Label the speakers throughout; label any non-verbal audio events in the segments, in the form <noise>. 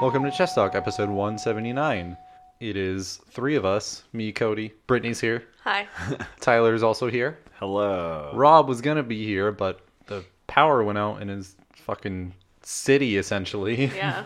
Speaker 1: Welcome to Chess Talk, episode 179. It is three of us me, Cody. Brittany's here.
Speaker 2: <laughs>
Speaker 3: Hi.
Speaker 1: Tyler's also here.
Speaker 2: Hello.
Speaker 1: Rob was going to be here, but the power went out in his fucking city, essentially.
Speaker 3: Yeah.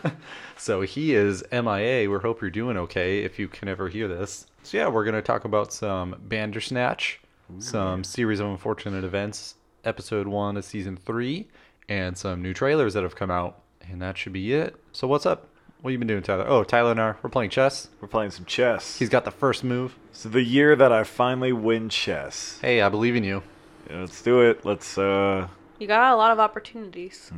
Speaker 1: so he is MIA. We hope you're doing okay if you can ever hear this. So, yeah, we're going to talk about some Bandersnatch, some series of unfortunate events, episode one of season three, and some new trailers that have come out. And that should be it. So, what's up? What you been doing, Tyler? Oh, Tyler and I, we're playing chess.
Speaker 2: We're playing some chess.
Speaker 1: He's got the first move.
Speaker 2: So the year that I finally
Speaker 1: <laughs>
Speaker 2: win chess.
Speaker 1: Hey, I believe in you.
Speaker 2: Yeah, Let's do it. Let's uh
Speaker 3: You got a lot of opportunities.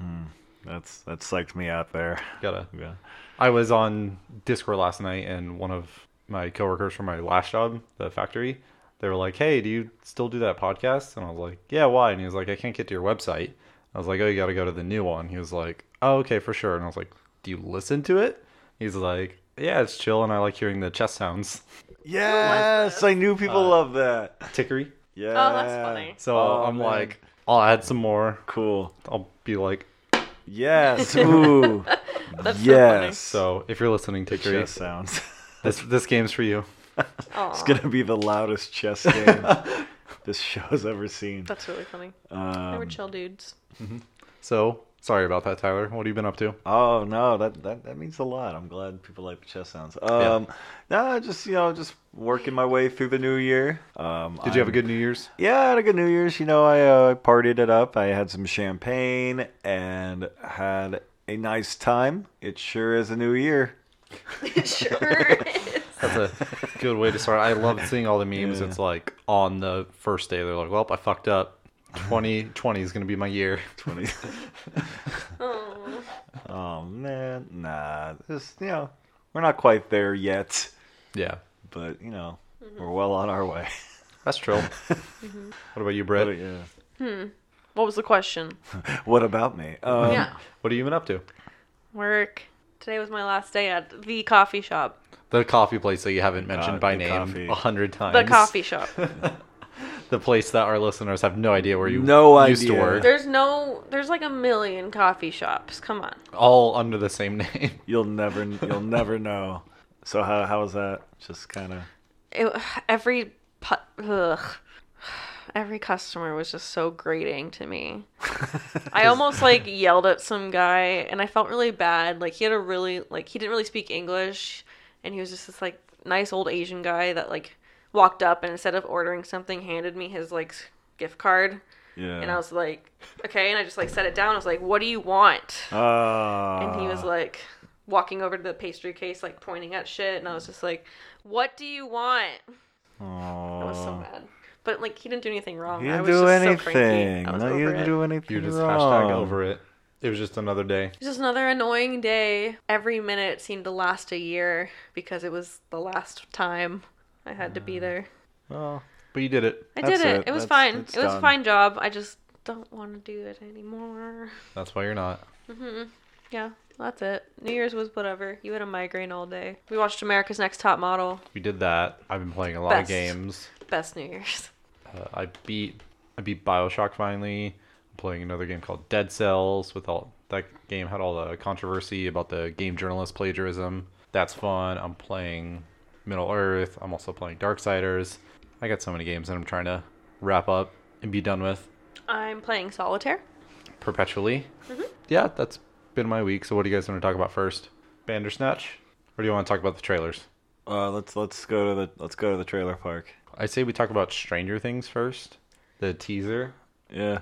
Speaker 2: Mm. that's that psyched me out there.
Speaker 1: Gotta
Speaker 2: Yeah.
Speaker 1: I was on Discord last night, and one of my coworkers from my last job, the factory, they were like, "Hey, do you still do that podcast?" And I was like, "Yeah, why?" And he was like, "I can't get to your website." I was like, "Oh, you got to go to the new one." He was like, "Oh, okay, for sure." And I was like, "Do you listen to it?" He's like, "Yeah, it's chill, and I like hearing the chess sounds <laughs>
Speaker 2: Yes, I knew people
Speaker 1: Uh,
Speaker 2: love that.
Speaker 1: tickery."
Speaker 2: Yeah.
Speaker 3: Oh, that's funny.
Speaker 1: So
Speaker 2: Oh,
Speaker 1: I'm
Speaker 2: man.
Speaker 1: like, "I'll add some more." <laughs>
Speaker 2: cool.
Speaker 1: I'll be like,
Speaker 2: Yes. Ooh.
Speaker 3: <laughs> That's
Speaker 2: yes.
Speaker 1: "So if you're listening, tickery, <laughs>
Speaker 2: chess sounds.
Speaker 1: this this game's for you."
Speaker 3: Oh,
Speaker 2: it's gonna be the loudest chess
Speaker 1: <laughs>
Speaker 2: game this show's ever seen.
Speaker 3: that's really funny. they were
Speaker 2: Um,
Speaker 3: chill
Speaker 2: <laughs>
Speaker 3: dudes. <laughs>
Speaker 1: So sorry about that, Tyler. What have you been up to?
Speaker 2: Oh no, that, that that means a lot. I'm glad people like the chess sounds.
Speaker 1: Yeah.
Speaker 2: Um, no, just you know, just working my way through the new year. Um,
Speaker 1: Did you have a
Speaker 2: I'm-
Speaker 1: good New Year's?
Speaker 2: Yeah, I had a good New Year's. You know, I uh, partied it up. I had some champagne and had a nice time. It sure is a new year. <laughs>
Speaker 3: sure is.
Speaker 1: That's a good way to start. I love seeing all the memes.
Speaker 2: Yeah.
Speaker 1: It's like on the first day, they're like, well, I fucked up. 2020 is going to be my year.
Speaker 2: Twenty.
Speaker 1: <laughs>
Speaker 2: <laughs>
Speaker 3: Oh,
Speaker 2: oh man, nah. Just you know, we're not quite there yet,
Speaker 1: Yeah,
Speaker 2: but you know, we're well on our way.
Speaker 1: that's
Speaker 2: <laughs>
Speaker 1: true. Mm-hmm. What about you, Brett?
Speaker 2: But, yeah.
Speaker 3: what was the question?
Speaker 2: What about me? Um,
Speaker 3: yeah.
Speaker 1: What have you been up to?
Speaker 3: Work. Today was my last day at the coffee shop.
Speaker 1: The coffee place that you haven't mentioned
Speaker 2: Uh,
Speaker 1: by
Speaker 2: the
Speaker 1: name
Speaker 2: coffee.
Speaker 1: a hundred times.
Speaker 3: The coffee shop.
Speaker 1: The place that our listeners have no idea where you
Speaker 2: No
Speaker 1: used to
Speaker 2: idea.
Speaker 1: work.
Speaker 3: There's no. There's like a million coffee shops. Come on.
Speaker 1: All under the same <laughs> name.
Speaker 2: You'll never you'll never know. So how how was that? Just kind of
Speaker 3: It, <sighs> every. pu- Ugh. <sighs> Every customer was just so grating to me. I almost like yelled at some guy and I felt really bad. Like he had a really like he didn't really speak English and he was just this like nice old Asian guy that like walked up and instead of ordering something handed me his like s- gift card
Speaker 2: yeah.
Speaker 3: and I was like, "Okay." And I just like set it down. I was like, "What do you want?"
Speaker 2: Ah.
Speaker 3: and he was like walking over to the pastry case like pointing at shit and I was just like, "What do you want?" I was so
Speaker 2: "Aw."
Speaker 3: bad. But like he didn't do anything wrong.
Speaker 2: Oh.
Speaker 3: I
Speaker 2: You didn't
Speaker 3: was
Speaker 2: do
Speaker 3: just so
Speaker 2: anything.
Speaker 3: cranky. I was
Speaker 2: no, you
Speaker 3: over
Speaker 2: didn't
Speaker 3: it.
Speaker 2: do anything.
Speaker 1: You're just
Speaker 2: wrong.
Speaker 1: hashtag over it. It was just another day.
Speaker 3: It's just another annoying day. Every minute seemed to last a year because it was the last time I had to be there.
Speaker 2: Well,
Speaker 1: But you did it.
Speaker 3: I
Speaker 2: Mm. That's
Speaker 3: did it.
Speaker 2: it.
Speaker 3: It, was
Speaker 2: That's-
Speaker 3: fine.
Speaker 2: it's
Speaker 3: It was a
Speaker 2: done.
Speaker 3: fine job. I just don't want to do it anymore.
Speaker 1: That's why you're not.
Speaker 3: Yeah, that's it. New Year's was whatever. You had a migraine all day. We watched America's Next Top Model.
Speaker 1: We did that. I've been playing a lot of
Speaker 3: Best.
Speaker 1: games.
Speaker 3: Best New Year's. <laughs>
Speaker 1: Uh, I beat I beat Bioshock finally. I'm playing another game called Dead Cells with all that game had all the controversy about the game journalist plagiarism. That's fun. I'm playing Middle Earth. I'm also playing Darksiders. I got so many games that I'm trying to wrap up and be done with
Speaker 3: I'm playing solitaire.
Speaker 1: perpetually. Yeah, that's been my week. So what do you guys want to talk about first? Bandersnatch? Or do you want to talk about the trailers?
Speaker 2: uh, let's let's go to the let's go to the trailer park.
Speaker 1: I say we talk about Stranger Things first. The teaser.
Speaker 2: Yeah.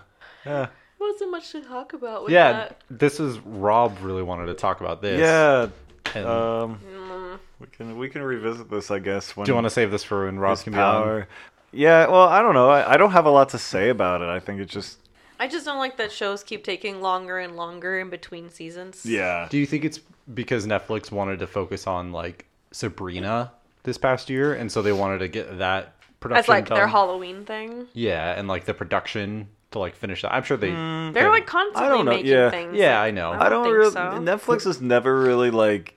Speaker 2: Yeah.
Speaker 3: Wasn't much to talk about with
Speaker 1: yeah,
Speaker 3: that.
Speaker 1: this is Rob really wanted to talk about this.
Speaker 2: Yeah.
Speaker 1: And
Speaker 2: Um,
Speaker 3: Mm.
Speaker 2: we can we can revisit this, I guess. When
Speaker 1: do you want to save this for when Rob
Speaker 2: his
Speaker 1: can be on?
Speaker 2: power? Yeah. Well, I don't know. I, I don't have a lot to say about it. I think it just
Speaker 3: I just don't like that shows keep taking longer and longer in between seasons.
Speaker 2: yeah.
Speaker 1: Do you think it's because Netflix wanted to focus on like Sabrina this past year, and so they wanted to get that production
Speaker 3: As like their
Speaker 1: done?
Speaker 3: Halloween thing.
Speaker 1: yeah, and like the production to like finish that? I'm sure they.
Speaker 3: They're
Speaker 1: they-
Speaker 3: like constantly
Speaker 2: I don't know,
Speaker 3: making
Speaker 2: yeah.
Speaker 3: things.
Speaker 1: Yeah,
Speaker 3: like,
Speaker 1: I know.
Speaker 2: Mm, I don't
Speaker 3: think
Speaker 2: really.
Speaker 3: so.
Speaker 2: Netflix has never really like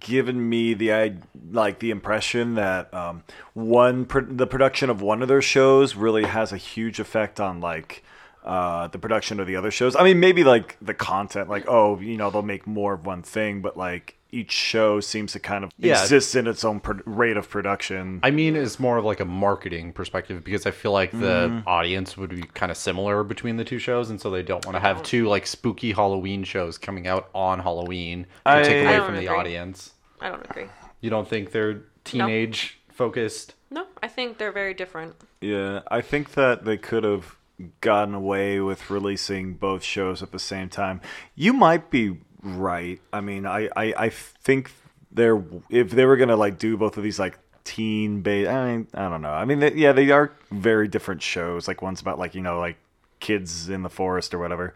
Speaker 2: given me the i like the impression that um, one pr- the production of one of their shows really has a huge effect on like uh, the production of the other shows. I mean, maybe like the content, like oh, you know, they'll make more of one thing, but like each show seems to kind of
Speaker 1: Yeah.
Speaker 2: exist in its own pro- rate of production.
Speaker 1: I mean, it's more of like a marketing perspective because I feel like the
Speaker 2: Mm-hmm.
Speaker 1: audience would be kind of similar between the two shows, and so they don't want to have two like spooky Halloween shows coming out on Halloween to
Speaker 2: I-
Speaker 1: take
Speaker 2: I
Speaker 1: away
Speaker 3: don't
Speaker 1: from the
Speaker 3: agree.
Speaker 1: audience.
Speaker 3: I don't agree.
Speaker 1: You don't think they're teenage focused?
Speaker 3: No, I think they're very different.
Speaker 2: Yeah, I think that they could have gotten away with releasing both shows at the same time. You might be right. I mean, I I, I think they're if they were gonna like do both of these like teen based. I mean, I don't know. I mean, they, yeah, they are very different shows. Like one's about like you know like kids in the forest or whatever.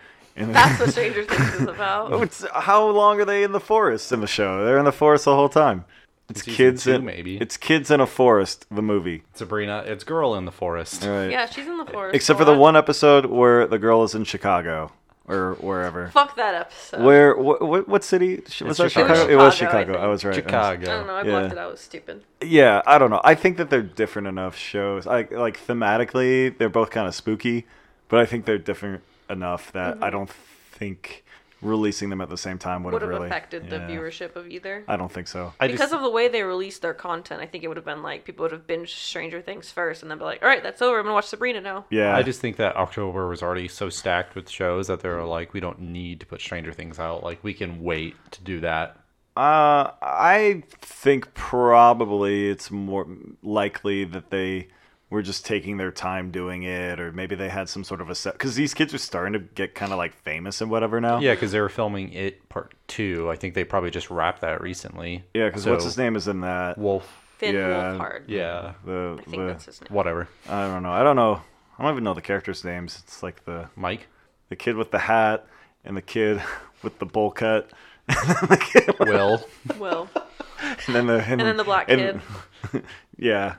Speaker 1: <laughs>
Speaker 2: And Oh,
Speaker 3: That's what Stranger Things
Speaker 2: <laughs>
Speaker 3: is about.
Speaker 2: it's, how long are they in the forest in the show? They're in the forest the whole time. It's
Speaker 1: Season
Speaker 2: kids
Speaker 1: two,
Speaker 2: in
Speaker 1: maybe.
Speaker 2: it's kids in a forest. The movie.
Speaker 1: Sabrina, it's girl in the forest.
Speaker 2: All right.
Speaker 3: Yeah, she's in the forest.
Speaker 2: Except
Speaker 3: a
Speaker 2: for the
Speaker 3: lot.
Speaker 2: one episode where the girl is in Chicago or wherever.
Speaker 3: Fuck that episode.
Speaker 2: Where what, what city? Sh- Was that
Speaker 1: Chicago.
Speaker 2: Chicago?
Speaker 3: It
Speaker 2: It
Speaker 3: was
Speaker 2: was
Speaker 3: Chicago, I
Speaker 2: Chicago. I,
Speaker 3: think.
Speaker 2: was right. I was-
Speaker 1: Chicago.
Speaker 3: I don't know. I
Speaker 2: Yeah.
Speaker 3: blocked it out. It was stupid.
Speaker 2: Yeah, I don't know. I think that they're different enough shows. Like like thematically, they're both kind of spooky, but I think they're different enough that I don't think releasing them at the same time
Speaker 3: Mm-hmm.
Speaker 2: would,
Speaker 3: Would have
Speaker 2: have really
Speaker 3: affected the
Speaker 2: yeah.
Speaker 3: viewership of either.
Speaker 2: I don't think so.
Speaker 1: I
Speaker 3: because
Speaker 1: just,
Speaker 3: of the way they released their content, I think it would have been like people would have binged Stranger Things first and then be like, all right, that's over. I'm going to watch Sabrina now.
Speaker 2: yeah,
Speaker 1: I just think that October was already so stacked with shows that they were like, we don't need to put Stranger Things out. Like, we can wait to do that.
Speaker 2: Uh, I think probably it's more likely that they were just taking their time doing it, or maybe they had some sort of a set because these kids are starting to get kind of like famous and whatever now.
Speaker 1: Yeah, because they were filming it part two. I think they probably just wrapped that recently.
Speaker 2: yeah. Because what's
Speaker 1: So-
Speaker 2: his name is in that
Speaker 1: Wolf.
Speaker 3: Finn
Speaker 2: Yeah.
Speaker 3: Wolfhard.
Speaker 1: Yeah,
Speaker 2: the
Speaker 3: I think
Speaker 2: the
Speaker 3: that's his name.
Speaker 1: whatever.
Speaker 2: I don't know. I don't know. I don't even know the characters' names. It's like the
Speaker 1: Mike
Speaker 2: the kid with the hat and the kid <laughs> with the bowl cut. and the kid-
Speaker 1: Will.
Speaker 3: <laughs> Well,
Speaker 2: and then the
Speaker 3: <laughs>
Speaker 2: and,
Speaker 3: then the black
Speaker 2: kid, <laughs>
Speaker 1: <laughs>
Speaker 2: yeah,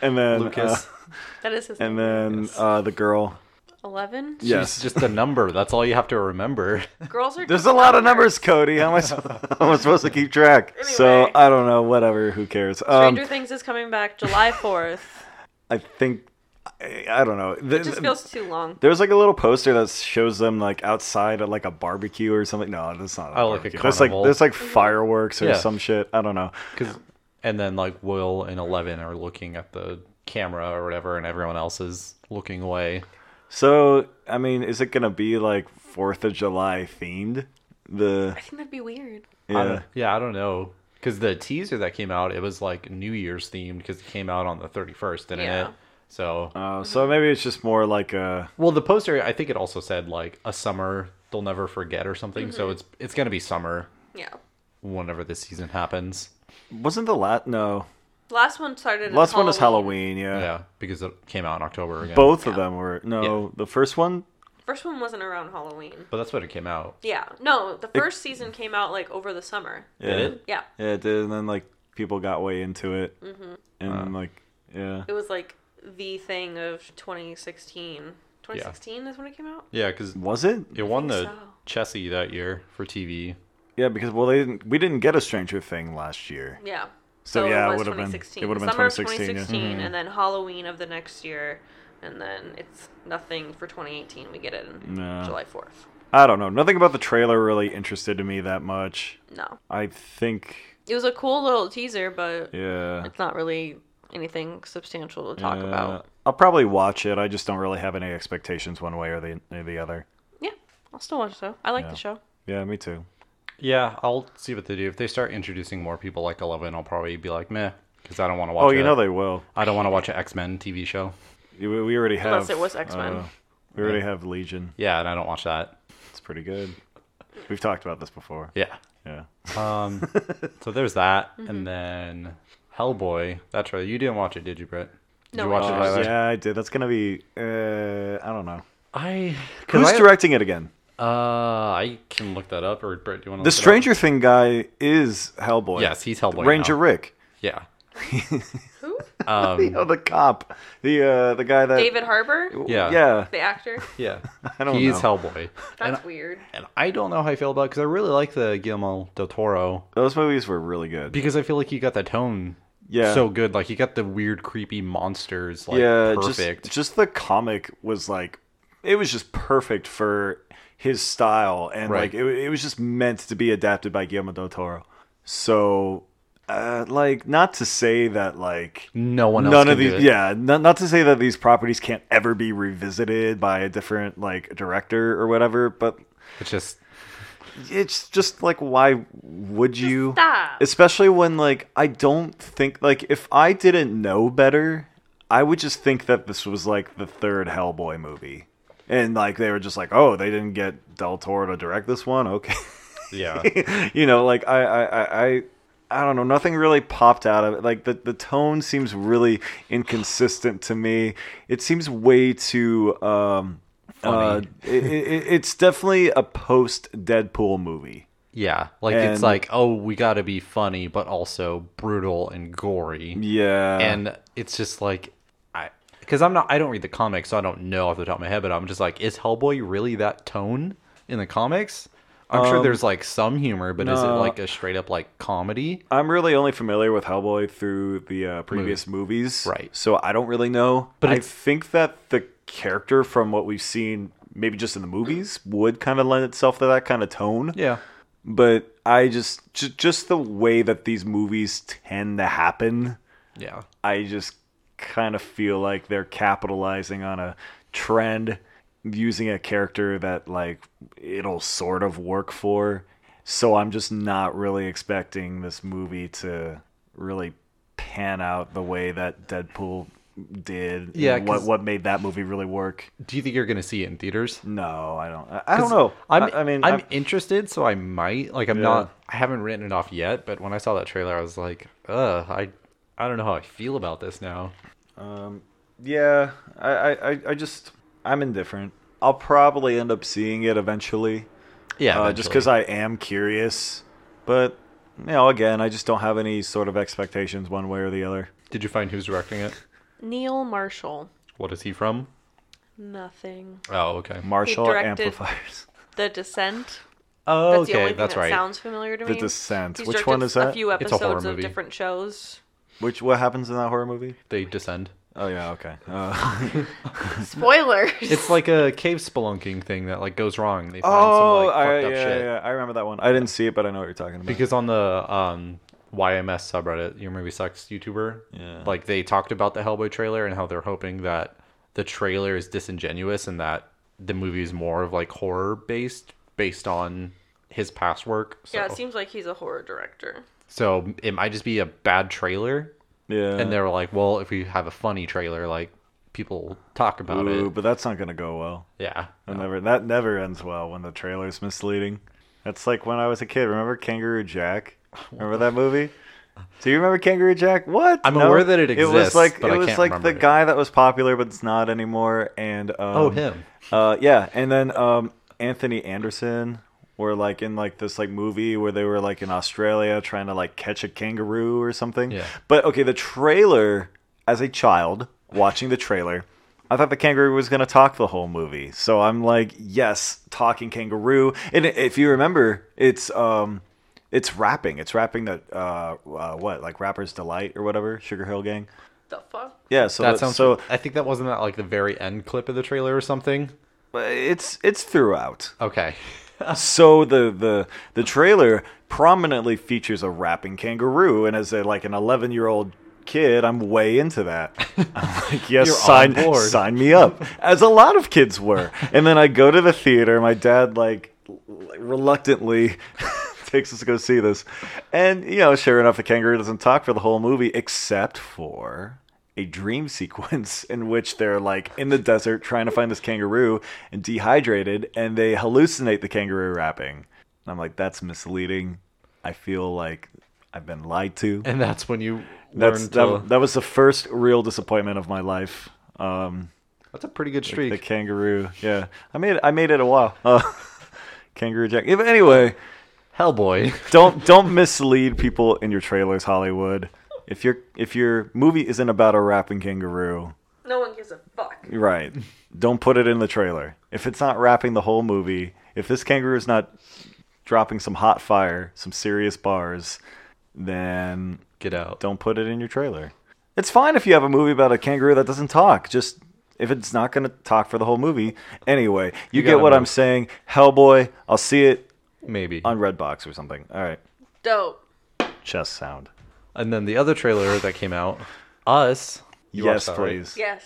Speaker 2: and then
Speaker 1: Lucas.
Speaker 2: uh,
Speaker 3: that is his
Speaker 2: and
Speaker 3: name.
Speaker 2: then uh, the girl.
Speaker 3: 11?
Speaker 2: Yes.
Speaker 1: She's just a number. That's all you have to
Speaker 2: <laughs>
Speaker 1: remember.
Speaker 3: Girls are.
Speaker 2: There's a lot of numbers, Cody. How am I, sup-
Speaker 1: <laughs>
Speaker 2: how am I supposed to keep track? So
Speaker 3: Anyway.
Speaker 2: I don't know. Whatever. Who cares? Um,
Speaker 3: Stranger Things is coming back July
Speaker 2: <laughs>
Speaker 3: 4th.
Speaker 2: I think I, I don't know. The-
Speaker 3: It just feels too long.
Speaker 2: there's like a little poster that shows them like outside at like a barbecue or something. No, that's not. A
Speaker 1: Oh, like a
Speaker 2: barbecue. there's like
Speaker 1: carnival.
Speaker 2: there's like
Speaker 3: Mm-hmm.
Speaker 2: fireworks or
Speaker 1: Yeah.
Speaker 2: some shit. I don't know.
Speaker 1: 'Cause- and then like Will and Eleven are looking at the camera or whatever, and everyone else is looking away.
Speaker 2: So I mean, is it gonna be like Fourth of July themed? The
Speaker 3: I think that'd be weird.
Speaker 1: I
Speaker 2: yeah.
Speaker 1: don't- yeah, I don't know. Because the teaser that came out, it was like New Year's themed because it came out on the 31st, didn't
Speaker 3: Yeah.
Speaker 1: it? So,
Speaker 2: Uh, so maybe it's just more like a
Speaker 1: well, the poster, I think it also said like a summer they'll never forget or something. So it's it's gonna be summer
Speaker 3: Yeah.
Speaker 1: whenever the season happens.
Speaker 2: wasn't the last no
Speaker 3: Last one started. in
Speaker 2: last one is Halloween. Yeah.
Speaker 1: Yeah, because it came out in October again.
Speaker 2: Both of them were no. The first one
Speaker 3: First one wasn't around Halloween.
Speaker 1: but that's when it came out.
Speaker 3: Yeah. No, the first season came out like over the summer.
Speaker 1: Did
Speaker 2: Yeah.
Speaker 1: it?
Speaker 3: Yeah.
Speaker 2: Yeah, it did, and then like people got way into it,
Speaker 3: Mm-hmm.
Speaker 2: and then, like yeah,
Speaker 3: It was like the thing of 2016. 2016 is when it came out?
Speaker 1: Yeah, because
Speaker 2: was it?
Speaker 1: it won the
Speaker 3: think so.
Speaker 1: Chessy that year for TV.
Speaker 2: Yeah, because well, they didn't. We didn't get a Stranger Thing last year.
Speaker 3: Yeah.
Speaker 2: So, yeah, it would've been-
Speaker 3: 2016.
Speaker 2: it would've been
Speaker 3: Summer of
Speaker 2: 2016, yeah. Mm-hmm.
Speaker 3: 2016, and then Halloween of the next year, and then it's nothing for 2018. We get it in
Speaker 2: No.
Speaker 3: July 4th.
Speaker 2: I don't know. Nothing about the trailer really interested to me that much.
Speaker 3: No,
Speaker 2: I think
Speaker 3: it was a cool little teaser, but
Speaker 2: yeah.
Speaker 3: it's not really anything substantial to talk
Speaker 2: yeah.
Speaker 3: about.
Speaker 2: I'll probably watch it. I just don't really have any expectations one way or the or the other.
Speaker 3: Yeah, I'll still watch the show. I like
Speaker 2: Yeah.
Speaker 3: the show.
Speaker 2: Yeah, me too.
Speaker 1: Yeah, I'll see what they do. If they start introducing more people like Eleven, I'll probably be like, meh, because I don't want to watch.
Speaker 2: Oh, you
Speaker 1: a-
Speaker 2: know they will.
Speaker 1: I don't want to watch an X Men TV show.
Speaker 2: We we already have.
Speaker 3: Unless it was X-Men.
Speaker 2: uh, we already have Legion.
Speaker 1: Yeah, and I don't watch that.
Speaker 2: It's pretty good. We've talked about this before.
Speaker 1: Yeah.
Speaker 2: Yeah.
Speaker 1: Um, so there's that,
Speaker 3: Mm-hmm.
Speaker 1: and then Hellboy. That trailer. You didn't watch it, did you, Brett? Did
Speaker 3: No,
Speaker 1: you
Speaker 3: I
Speaker 1: watch it?
Speaker 3: didn't.
Speaker 1: by the way?
Speaker 2: Uh, yeah, I did. That's gonna be. Uh, I don't know.
Speaker 1: I.
Speaker 2: Who's
Speaker 1: I,
Speaker 2: directing it again?
Speaker 1: Uh, I can look that up, or Brett, do you want to?
Speaker 2: The Stranger Thing guy is Hellboy.
Speaker 1: Yes, he's Hellboy
Speaker 2: Ranger
Speaker 1: now.
Speaker 2: Rick. <laughs>
Speaker 1: Yeah. <laughs>
Speaker 3: Who?
Speaker 2: You
Speaker 1: Um,
Speaker 2: know, the cop. The uh, the guy that
Speaker 1: <laughs>
Speaker 3: David Harbour,
Speaker 1: yeah.
Speaker 2: Yeah.
Speaker 3: the actor.
Speaker 1: <laughs> Yeah.
Speaker 2: I don't
Speaker 1: he's
Speaker 2: know.
Speaker 1: Hellboy.
Speaker 3: That's weird.
Speaker 1: And I don't know how I feel about it because I really like the Guillermo del Toro
Speaker 2: Those movies were really good.
Speaker 1: because I feel like he got the tone
Speaker 2: Yeah.
Speaker 1: so good. Like he got the weird, creepy monsters like
Speaker 2: yeah,
Speaker 1: perfect.
Speaker 2: just just the comic was like it was just perfect for his style, and
Speaker 1: Right.
Speaker 2: like it, it was just meant to be adapted by Guillermo del Toro. So, uh, like, not to say that like
Speaker 1: No one else
Speaker 2: none
Speaker 1: can
Speaker 2: of
Speaker 1: do
Speaker 2: these
Speaker 1: it.
Speaker 2: yeah not, not to say that these properties can't ever be revisited by a different like director or whatever but
Speaker 1: It's just
Speaker 2: it's just like why would you
Speaker 3: stop.
Speaker 2: especially when like i don't think like if i didn't know better i would just think that this was like the third hellboy movie and like they were just like oh they didn't get del toro to direct this one okay <laughs>
Speaker 1: yeah.
Speaker 2: you know, like I, I, I, I, I don't know. Nothing really popped out of it. Like the the tone seems really inconsistent to me. It seems way too. Um,
Speaker 1: Funny.
Speaker 2: Uh, it, it, it's definitely a post Deadpool movie.
Speaker 1: Yeah, like
Speaker 2: And-
Speaker 1: it's like, oh, we got to be funny, but also brutal and gory,
Speaker 2: Yeah,
Speaker 1: and it's just like, I, because I'm not, I don't read the comics, so I don't know off the top of my head, but I'm just like, is Hellboy really that tone in the comics? I'm sure there's like some humor, but is it
Speaker 2: no.
Speaker 1: like a straight up like comedy?
Speaker 2: I'm really only familiar with Hellboy through the uh, previous movies,
Speaker 1: Right.
Speaker 2: So I don't really know.
Speaker 1: But
Speaker 2: But I
Speaker 1: it's-
Speaker 2: think that the character from what we've seen, maybe just in the movies, would kind of lend itself to that kind of tone.
Speaker 1: Yeah,
Speaker 2: but I just j- just the way that these movies tend to happen,
Speaker 1: yeah,
Speaker 2: I just kind of feel like they're capitalizing on a trend using a character that like it'll sort of work for. So I'm just not really expecting this movie to really pan out the way that Deadpool did. and
Speaker 1: Yeah,
Speaker 2: what
Speaker 1: 'cause-
Speaker 2: what made that movie really work?
Speaker 1: Do you think you're gonna see it in theaters?
Speaker 2: No, I don't. I, I don't know.
Speaker 1: I'm,
Speaker 2: I, I mean,
Speaker 1: I'm
Speaker 2: I'm-
Speaker 1: interested, so I might. Like, I'm
Speaker 2: Yeah.
Speaker 1: not. I haven't written it off yet, but when I saw that trailer, I was like, ugh, I, I don't know how I feel about this now.
Speaker 2: Yeah, I, I, I- I just I'm indifferent. I'll probably end up seeing it eventually,
Speaker 1: Yeah,
Speaker 2: uh, just
Speaker 1: eventually.
Speaker 2: because I am curious. But you know, again, I just don't have any sort of expectations one way or the other.
Speaker 1: Did you find who's directing it?
Speaker 3: Neil Marshall.
Speaker 1: What is he from?
Speaker 3: Nothing.
Speaker 1: Oh, okay.
Speaker 2: Marshall
Speaker 3: directed- <laughs>
Speaker 2: amplifiers.
Speaker 3: The Descent.
Speaker 1: Oh,
Speaker 3: That's
Speaker 1: okay,
Speaker 3: the only thing
Speaker 1: that's
Speaker 3: that
Speaker 1: right.
Speaker 3: sounds familiar to
Speaker 2: The
Speaker 3: me.
Speaker 2: Descent.
Speaker 3: He's
Speaker 2: Which
Speaker 3: directed
Speaker 2: one is
Speaker 3: A
Speaker 2: that?
Speaker 3: few
Speaker 1: It's a horror
Speaker 3: episodes of
Speaker 1: movie.
Speaker 3: different shows.
Speaker 1: <laughs>
Speaker 2: Which what happens in that horror movie?
Speaker 1: They descend.
Speaker 2: Oh yeah, okay.
Speaker 1: <laughs>
Speaker 2: Uh,
Speaker 3: Spoilers.
Speaker 1: It's like a cave spelunking thing that like goes wrong. They find
Speaker 2: oh,
Speaker 1: some like
Speaker 2: I,
Speaker 1: fucked
Speaker 2: yeah,
Speaker 1: up shit.
Speaker 2: yeah, I remember that one. I didn't see it, but I know what you're talking about.
Speaker 1: Because on the um, YMS subreddit, your movie sucks YouTuber,
Speaker 2: Yeah.
Speaker 1: like they talked about the Hellboy trailer and how they're hoping that the trailer is disingenuous and that the movie is more of like horror based, based on his past work. So,
Speaker 3: yeah, it seems like he's a horror director.
Speaker 1: so it might just be a bad trailer.
Speaker 2: yeah,
Speaker 1: And they were like, well, if we have a funny trailer, like people will talk about
Speaker 2: Ooh,
Speaker 1: it.
Speaker 2: but that's not gonna go well.
Speaker 1: Yeah.
Speaker 2: That never that never ends well when the trailer's misleading. That's like when I was a kid. Remember
Speaker 1: <laughs>
Speaker 2: Kangaroo Jack? Remember that movie? Do you remember Kangaroo Jack? What?
Speaker 1: I'm aware that it
Speaker 2: It
Speaker 1: exists,
Speaker 2: was like
Speaker 1: but
Speaker 2: it
Speaker 1: I
Speaker 2: was
Speaker 1: can't
Speaker 2: like
Speaker 1: remember
Speaker 2: the
Speaker 1: it.
Speaker 2: guy that was popular, but it's not anymore. And um,
Speaker 1: Oh, him.
Speaker 2: Uh, yeah, and then um, Anthony Anderson were like in like this like movie where they were like in Australia trying to like catch a kangaroo or something.
Speaker 1: Yeah.
Speaker 2: But okay, the trailer as a child watching the trailer, I thought the kangaroo was going to talk the whole movie. So I'm like, yes, talking kangaroo. And i- if you remember, it's um it's rapping. It's rapping that uh, uh what? Like Rapper's Delight or whatever, Sugar Hill Gang.
Speaker 3: The fuck?
Speaker 2: Yeah, so
Speaker 1: That sounds
Speaker 2: so
Speaker 1: I think that wasn't that like the very end clip of the trailer or something.
Speaker 2: it's it's throughout.
Speaker 1: Okay.
Speaker 2: <laughs> so the the the trailer prominently features a rapping kangaroo and as a like an 11 year old kid i'm way into that <laughs> i'm like yes
Speaker 1: You're on
Speaker 2: sign
Speaker 1: board.
Speaker 2: sign me up as a lot of kids were and then i go to the theater my dad like l- reluctantly <laughs> takes us to go see this and you know sure enough the kangaroo doesn't talk for the whole movie except for a dream sequence <laughs> in which they're like in the desert trying to find this kangaroo and dehydrated and they hallucinate the kangaroo rapping. And I'm like, that's misleading. I feel like I've been lied to.
Speaker 1: <laughs> And that's when you
Speaker 2: That's
Speaker 1: learn to.
Speaker 2: that, that was the first real disappointment of my life. Um,
Speaker 1: That's a pretty good
Speaker 2: the
Speaker 1: streak.
Speaker 2: kangaroo. Yeah, I made I made it a while. Uh, <laughs> kangaroo Jack. Yeah, but anyway, <laughs>
Speaker 1: Hellboy.
Speaker 2: don't don't mislead people in your trailers, Hollywood. If your if your movie isn't about a rapping kangaroo,
Speaker 3: No one gives a fuck.
Speaker 2: Right. Don't put it in the trailer. If it's not wrapping the whole movie, if this kangaroo is not dropping some hot fire, some serious bars, then
Speaker 1: Get out.
Speaker 2: don't put it in your trailer. It's fine if you have a movie about a kangaroo that doesn't talk. Just if it's not going to talk for the whole movie anyway you,
Speaker 1: You
Speaker 2: get
Speaker 1: gotta
Speaker 2: what
Speaker 1: move.
Speaker 2: i'm saying hellboy i'll see it
Speaker 1: Maybe.
Speaker 2: on redbox or something all right
Speaker 3: Dope.
Speaker 2: chess sound
Speaker 1: And then the other trailer that came out, Us. You watched
Speaker 2: yes
Speaker 1: that, right?
Speaker 2: please
Speaker 3: Yes.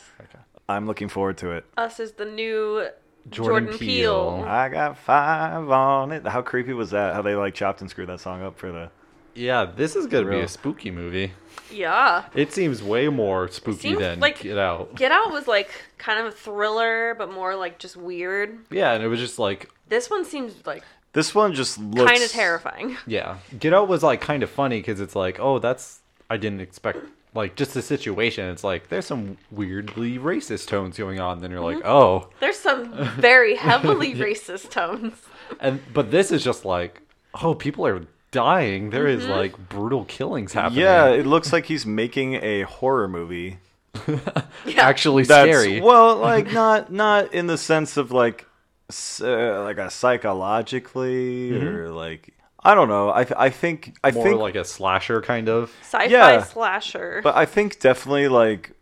Speaker 2: i'm looking forward to it
Speaker 3: Us is the new
Speaker 1: Jordan
Speaker 3: Jordan,
Speaker 1: Peele.
Speaker 3: Peele.
Speaker 2: i got five on it how creepy was that how they like chopped and screwed that song up for the
Speaker 1: Yeah, this is gonna be
Speaker 2: Real.
Speaker 1: a spooky movie.
Speaker 3: Yeah.
Speaker 1: It seems way more spooky
Speaker 3: seems
Speaker 1: than
Speaker 3: like-
Speaker 1: Get Out.
Speaker 3: Get Out was like kind of a thriller, but more like just weird.
Speaker 1: Yeah, and it was just like,
Speaker 3: This one seems like
Speaker 2: this one just looks
Speaker 3: kind of terrifying.
Speaker 1: yeah, Get Out was like kind of funny because it's like, oh, that's I didn't expect. Like just the situation, it's like there's some weirdly racist tones going on. Then you're like,
Speaker 3: Mm-hmm.
Speaker 1: oh,
Speaker 3: There's some very heavily racist tones.
Speaker 1: and but this is just like, oh, people are dying. There
Speaker 3: Mm-hmm.
Speaker 1: is like brutal killings happening.
Speaker 2: yeah it looks like he's making a horror movie
Speaker 3: Yeah.
Speaker 1: actually
Speaker 2: That's
Speaker 1: scary. <laughs>
Speaker 2: well, like not not in the sense of like s- uh, like a psychologically or like I don't know. I th- I think I
Speaker 1: Mm-hmm. More
Speaker 2: think
Speaker 1: like a slasher kind of.
Speaker 3: sci-fi
Speaker 2: yeah.
Speaker 3: slasher.
Speaker 2: but I think definitely like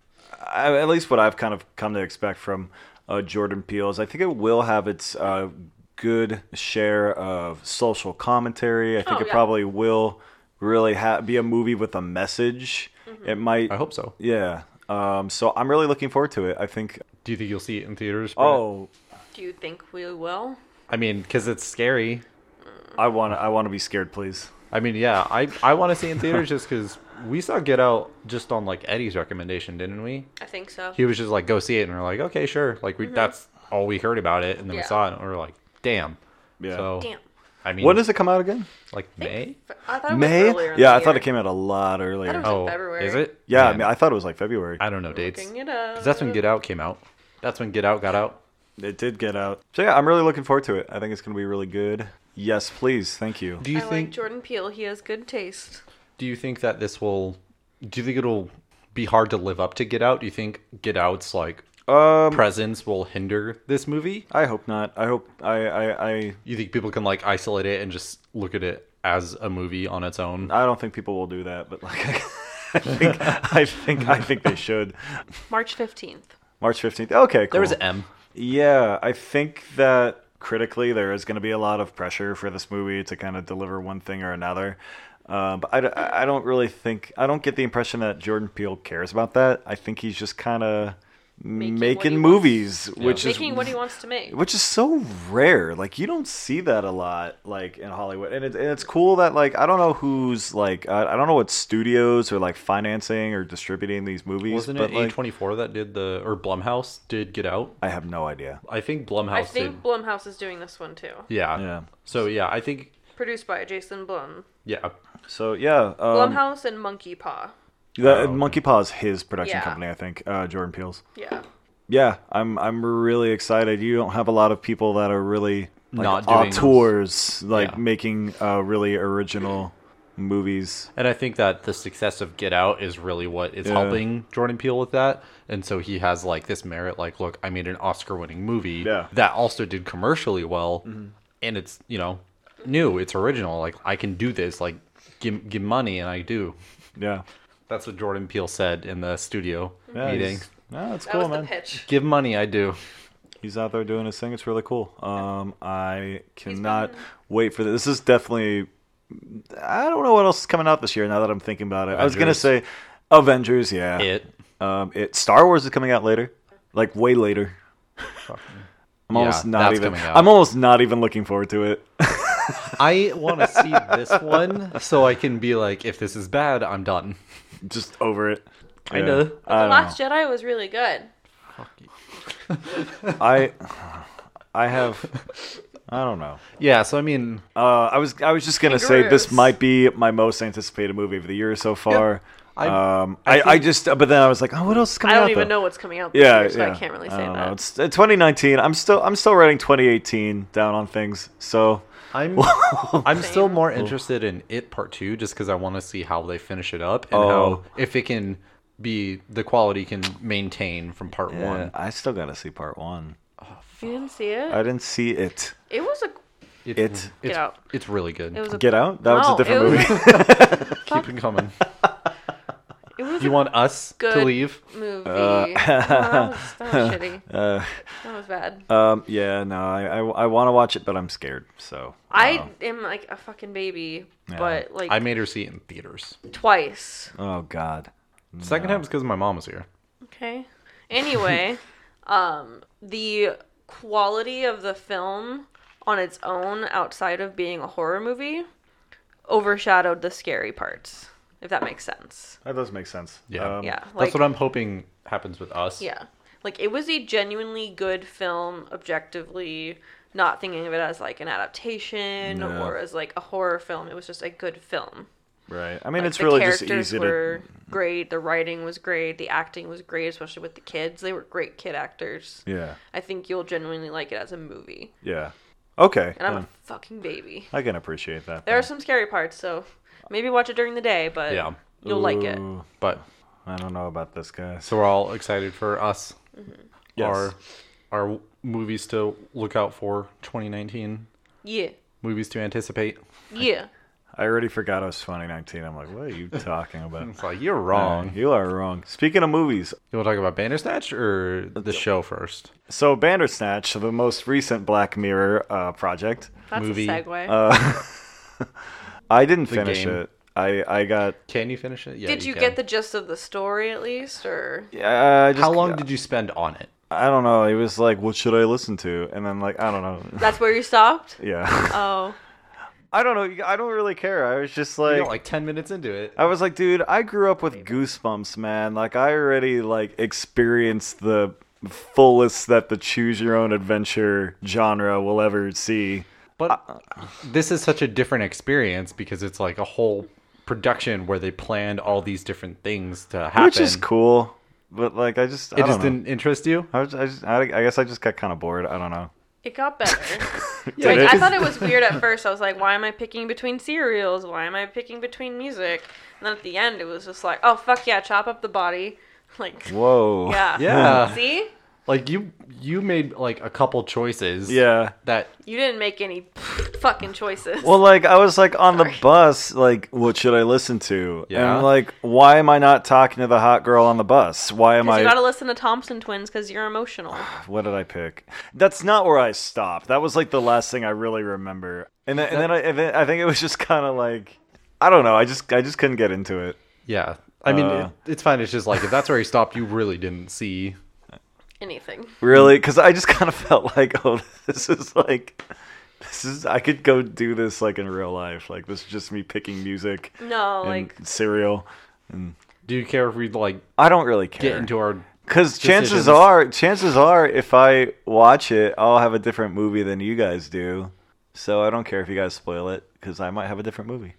Speaker 2: I, at least what I've kind of come to expect from uh, Jordan Peele is I think it will have its uh, good share of social commentary. I think
Speaker 3: Oh,
Speaker 2: it
Speaker 3: yeah.
Speaker 2: probably will really ha- be a movie with a message.
Speaker 3: Mm-hmm.
Speaker 2: It might.
Speaker 1: I hope so.
Speaker 2: Yeah. Um, so I'm really looking forward to it. I think.
Speaker 1: Do you think you'll see it in theaters? Brett?
Speaker 2: Oh,
Speaker 3: Do you think we will?
Speaker 1: I mean, because it's scary.
Speaker 2: I want to. I want to be scared, please.
Speaker 1: I mean, yeah, I I want to see it in theaters just because we saw Get Out just on like Eddie's recommendation, didn't we?
Speaker 3: I think so.
Speaker 1: He was just like, go see it, and we are like, okay, sure. Like we that's all we heard about it, and then
Speaker 3: Mm-hmm. Yeah.
Speaker 1: we saw it, and we were like, damn.
Speaker 2: Yeah.
Speaker 1: So
Speaker 3: Damn.
Speaker 1: I mean,
Speaker 2: When does it come out again?
Speaker 1: like May?
Speaker 3: I thought it was
Speaker 2: May?
Speaker 3: earlier in the
Speaker 2: Yeah, I thought
Speaker 3: year.
Speaker 2: it came out a lot earlier.
Speaker 3: was-
Speaker 1: Oh,
Speaker 3: February.
Speaker 1: is it?
Speaker 2: yeah, I
Speaker 1: Man,
Speaker 2: mean, I thought it was like February.
Speaker 1: I don't know dates.
Speaker 3: Looking it up.
Speaker 1: 'Cause that's when Get Out came out. That's when Get Out got out.
Speaker 2: It did get out. So yeah, I'm really looking forward to it. I think it's gonna be really good. Yes, please. Thank you.
Speaker 1: Do you
Speaker 3: I
Speaker 1: think?
Speaker 3: like Jordan Peele. He has good taste.
Speaker 1: Do you think that this will? Do you think it'll be hard to live up to Get Out? Do you think Get Out's like
Speaker 2: Um,
Speaker 1: presence will hinder this movie?
Speaker 2: I hope not. I hope I I I,
Speaker 1: You think people can like isolate it and just look at it as a movie on its own?
Speaker 2: I don't think people will do that, but like <laughs> I think I think I think they should.
Speaker 3: March 15th.
Speaker 2: March fifteenth. Okay, cool.
Speaker 1: There was an M.
Speaker 2: Yeah, I think that critically there is going to be a lot of pressure for this movie to kind of deliver one thing or another. Uh, but I, d- I don't really think I don't get the impression that Jordan Peele cares about that. I think he's just kind of making,
Speaker 3: Making what he
Speaker 2: movies, which is
Speaker 3: Making what he wants to make.
Speaker 2: which is so rare. Like you don't see that a lot, like in Hollywood, and, it, and it's cool that like I don't know who's like I, I don't know what studios are like financing or distributing these movies,
Speaker 1: Wasn't
Speaker 2: but
Speaker 1: it
Speaker 2: like
Speaker 1: A24 that did the or Blumhouse did Get Out?
Speaker 2: I have no idea.
Speaker 1: I think Blumhouse
Speaker 3: I think
Speaker 1: did.
Speaker 3: Blumhouse is doing this one too.
Speaker 1: Yeah.
Speaker 2: Yeah.
Speaker 1: So yeah, I think
Speaker 3: Produced by Jason Blum.
Speaker 1: yeah.
Speaker 2: So yeah, um,
Speaker 3: Blumhouse and Monkey Paw.
Speaker 2: The
Speaker 1: Oh, okay.
Speaker 2: Monkey Paw is his production
Speaker 3: Um, Yeah.
Speaker 2: company, I think. Uh, Jordan Peele's.
Speaker 3: Yeah.
Speaker 2: Yeah, I'm I'm really excited. You don't have a lot of people that are really like,
Speaker 1: Not doing those.
Speaker 2: auteurs, like
Speaker 1: Yeah.
Speaker 2: making uh, really original movies.
Speaker 1: And I think that the success of Get Out is really what is
Speaker 2: Yeah.
Speaker 1: helping Jordan Peele with that. And so he has like this merit like, look, I made an Oscar winning movie
Speaker 2: Yeah.
Speaker 1: that also did commercially well and it's, you know, new, it's original. Like I can do this, like give give money and I do.
Speaker 2: Yeah,
Speaker 1: That's what Jordan Peele said in the studio
Speaker 2: yeah
Speaker 1: meeting.
Speaker 2: he's- No, it's
Speaker 3: That
Speaker 2: cool,
Speaker 3: was
Speaker 2: man.
Speaker 3: the pitch.
Speaker 1: Give money, I do.
Speaker 2: He's out there doing his thing. It's really cool. Um, I cannot wait for this. This is definitely. I don't know what else is coming out this year. Now that I'm thinking about it, I was gonna
Speaker 1: Avengers.
Speaker 2: say Avengers. Yeah,
Speaker 1: It.
Speaker 2: Um, it Star Wars is coming out later, like way later. I'm almost
Speaker 1: Yeah,
Speaker 2: not
Speaker 1: that's
Speaker 2: even.
Speaker 1: coming out.
Speaker 2: I'm almost not even looking forward to it. <laughs>
Speaker 1: I want to see this one <laughs> so I can be like, if this is bad, I'm done.
Speaker 2: Just over it.
Speaker 1: Kinda.
Speaker 2: Yeah.
Speaker 3: The
Speaker 2: I,
Speaker 3: Last Jedi was really good.
Speaker 2: don't know. I, I have. I don't know.
Speaker 1: Yeah, so I mean,
Speaker 2: Uh, I was I was just gonna say this
Speaker 3: Kangaroos.
Speaker 2: might be my most anticipated movie of the year so
Speaker 1: I-
Speaker 2: far. um, I, I,
Speaker 1: think-
Speaker 2: just but then I was like, oh, what else is
Speaker 3: I
Speaker 2: coming out?
Speaker 3: don't even
Speaker 2: though?
Speaker 3: know what's coming out this
Speaker 2: Yeah,
Speaker 3: year, so
Speaker 2: yeah.
Speaker 3: I can't really
Speaker 2: I
Speaker 3: say
Speaker 2: don't know.
Speaker 3: that.
Speaker 2: It's, it's 2019. I'm still I'm still writing 2018 down on things. So <laughs>
Speaker 1: I'm I'm still
Speaker 3: Same.
Speaker 1: more
Speaker 2: Oh.
Speaker 1: interested in it part two just because I want to see how they finish it up and
Speaker 2: Oh.
Speaker 1: how if it can be the quality can maintain from part
Speaker 2: yeah,
Speaker 1: one.
Speaker 2: I still gotta see part one.
Speaker 3: You didn't see it?
Speaker 2: I didn't see it.
Speaker 3: It was a.
Speaker 1: It,
Speaker 2: It's-
Speaker 1: it's
Speaker 3: Get out.
Speaker 1: it's really good.
Speaker 3: It was a.
Speaker 2: Get Out? That was
Speaker 3: No,
Speaker 2: a different
Speaker 3: it was
Speaker 2: movie.
Speaker 3: a-
Speaker 1: Keep it coming.
Speaker 3: <laughs> it was was
Speaker 1: You
Speaker 3: a
Speaker 1: want us to
Speaker 3: good
Speaker 1: leave?
Speaker 2: <laughs>
Speaker 3: movie.
Speaker 2: Uh,
Speaker 3: No, that, was, that
Speaker 2: <laughs>
Speaker 3: was shitty.
Speaker 2: Uh,
Speaker 3: That was bad.
Speaker 2: um, yeah, no, I, I, want to watch it, but I'm scared. So
Speaker 3: I am like a fucking baby, but like
Speaker 1: I made her see it in theaters.
Speaker 3: twice.
Speaker 2: uh, oh god,
Speaker 1: Second time was because my mom was here.
Speaker 3: Okay.
Speaker 2: <laughs>
Speaker 3: Anyway, um, the quality of the film on its own, outside of being a horror movie, overshadowed the scary parts. If that makes sense.
Speaker 2: that does make sense.
Speaker 1: Yeah.
Speaker 3: Yeah.
Speaker 1: That's what I'm hoping happens with us.
Speaker 3: Yeah. Like it was a genuinely good film objectively, not thinking of it as like an adaptation
Speaker 2: No.
Speaker 3: or as like a horror film. It was just a good film.
Speaker 2: Right. I mean,
Speaker 3: Like,
Speaker 2: it's really
Speaker 3: the
Speaker 2: just
Speaker 3: characters
Speaker 2: easy
Speaker 3: were great, the writing was great, the acting was great, especially with the kids. They were great kid actors.
Speaker 2: to. Yeah.
Speaker 3: I think you'll genuinely like it as a movie.
Speaker 2: Yeah. Okay.
Speaker 3: And I'm
Speaker 2: yeah,
Speaker 3: a fucking baby.
Speaker 2: I can appreciate that.
Speaker 3: There are some scary parts, so maybe watch it during the day, but
Speaker 1: Yeah.
Speaker 3: you'll like it.
Speaker 2: Ooh,
Speaker 1: But
Speaker 2: I don't know about this guy.
Speaker 1: so we're all excited for us.
Speaker 2: Mm-hmm. Yes.
Speaker 1: Our our movies to look out for 2019.
Speaker 3: Yeah.
Speaker 1: Movies to anticipate.
Speaker 3: Yeah.
Speaker 2: I already forgot it was 2019. I'm like, what are you talking about? Uh,
Speaker 1: It's like you're <laughs> wrong.
Speaker 2: You are wrong. Speaking of movies,
Speaker 1: You want to talk about Bandersnatch or the show first?
Speaker 2: so Bandersnatch, the most recent Black Mirror uh, project,
Speaker 3: That's
Speaker 1: Movie.
Speaker 3: a segue.
Speaker 2: I didn't finish
Speaker 1: game.
Speaker 2: it. I I got.
Speaker 1: Can you finish it? Yeah.
Speaker 3: Did you,
Speaker 1: can.
Speaker 3: get the gist of the story at least, or
Speaker 2: Uh, I just,
Speaker 1: How long did you spend on it?
Speaker 2: I don't know. It was like, what should I listen to? And then like, I don't know. <laughs>
Speaker 3: that's where you stopped?
Speaker 2: yeah. <laughs>
Speaker 3: Oh,
Speaker 2: I don't know. I don't really care. I was just
Speaker 1: You
Speaker 2: like, uh,
Speaker 1: know, like 10 minutes into it.
Speaker 2: I was like, dude, I grew up with Goosebumps, man. Like, I already like experienced the fullest that the choose your own adventure genre will ever see.
Speaker 1: But
Speaker 2: uh,
Speaker 1: this is such a different experience because it's like a whole production where they planned all these different things to happen.
Speaker 2: which is cool. But like, I just, I
Speaker 1: It
Speaker 2: don't
Speaker 1: just
Speaker 2: know.
Speaker 1: didn't interest you?
Speaker 2: I, was, I, just, I, I guess I just got kind of bored. I don't know.
Speaker 3: it got better.
Speaker 2: Yeah,
Speaker 3: like,
Speaker 2: it
Speaker 3: I
Speaker 2: is-
Speaker 3: thought it was weird at first. I was like, why am I picking between cereals? Why am I picking between music? And then at the end, it was just like, oh fuck yeah, chop up the body. <laughs> Like,
Speaker 2: Whoa.
Speaker 3: yeah,
Speaker 1: Yeah.
Speaker 3: See,
Speaker 1: Like you you made like a couple choices.
Speaker 2: <laughs> Yeah.
Speaker 1: That
Speaker 3: you didn't make any fucking choices.
Speaker 2: Well, like I was like on the
Speaker 3: Sorry.
Speaker 2: bus, like what should I listen to?
Speaker 1: Yeah.
Speaker 2: And like, why am I not talking to the hot girl on the bus? Why am
Speaker 3: Because
Speaker 2: I?
Speaker 3: you gotta listen to Thompson Twins because you're
Speaker 2: <sighs>
Speaker 3: emotional.
Speaker 2: What did I pick? That's not where I stopped. That was like the last thing I really remember. And then, and then, I, and then I think it was just kind of like I don't know. I just I just couldn't get into it.
Speaker 1: yeah. I mean
Speaker 2: Uh.
Speaker 1: it, it's fine, it's just like if that's where you stopped, you really didn't see
Speaker 3: Anything.
Speaker 2: Really,
Speaker 1: Mm.
Speaker 2: because I just kind of <laughs> felt like, oh, this is like, this is I could go do this like in real life. Like this is just me picking music
Speaker 3: No,
Speaker 2: and
Speaker 3: like
Speaker 2: cereal.
Speaker 1: Do you care if we like
Speaker 2: I don't really
Speaker 1: get
Speaker 2: care
Speaker 1: into our
Speaker 2: because chances
Speaker 1: decisions?
Speaker 2: are, chances are, if I watch it, I'll have a different movie than you guys do. So I don't care if you guys spoil it because I might have a different movie.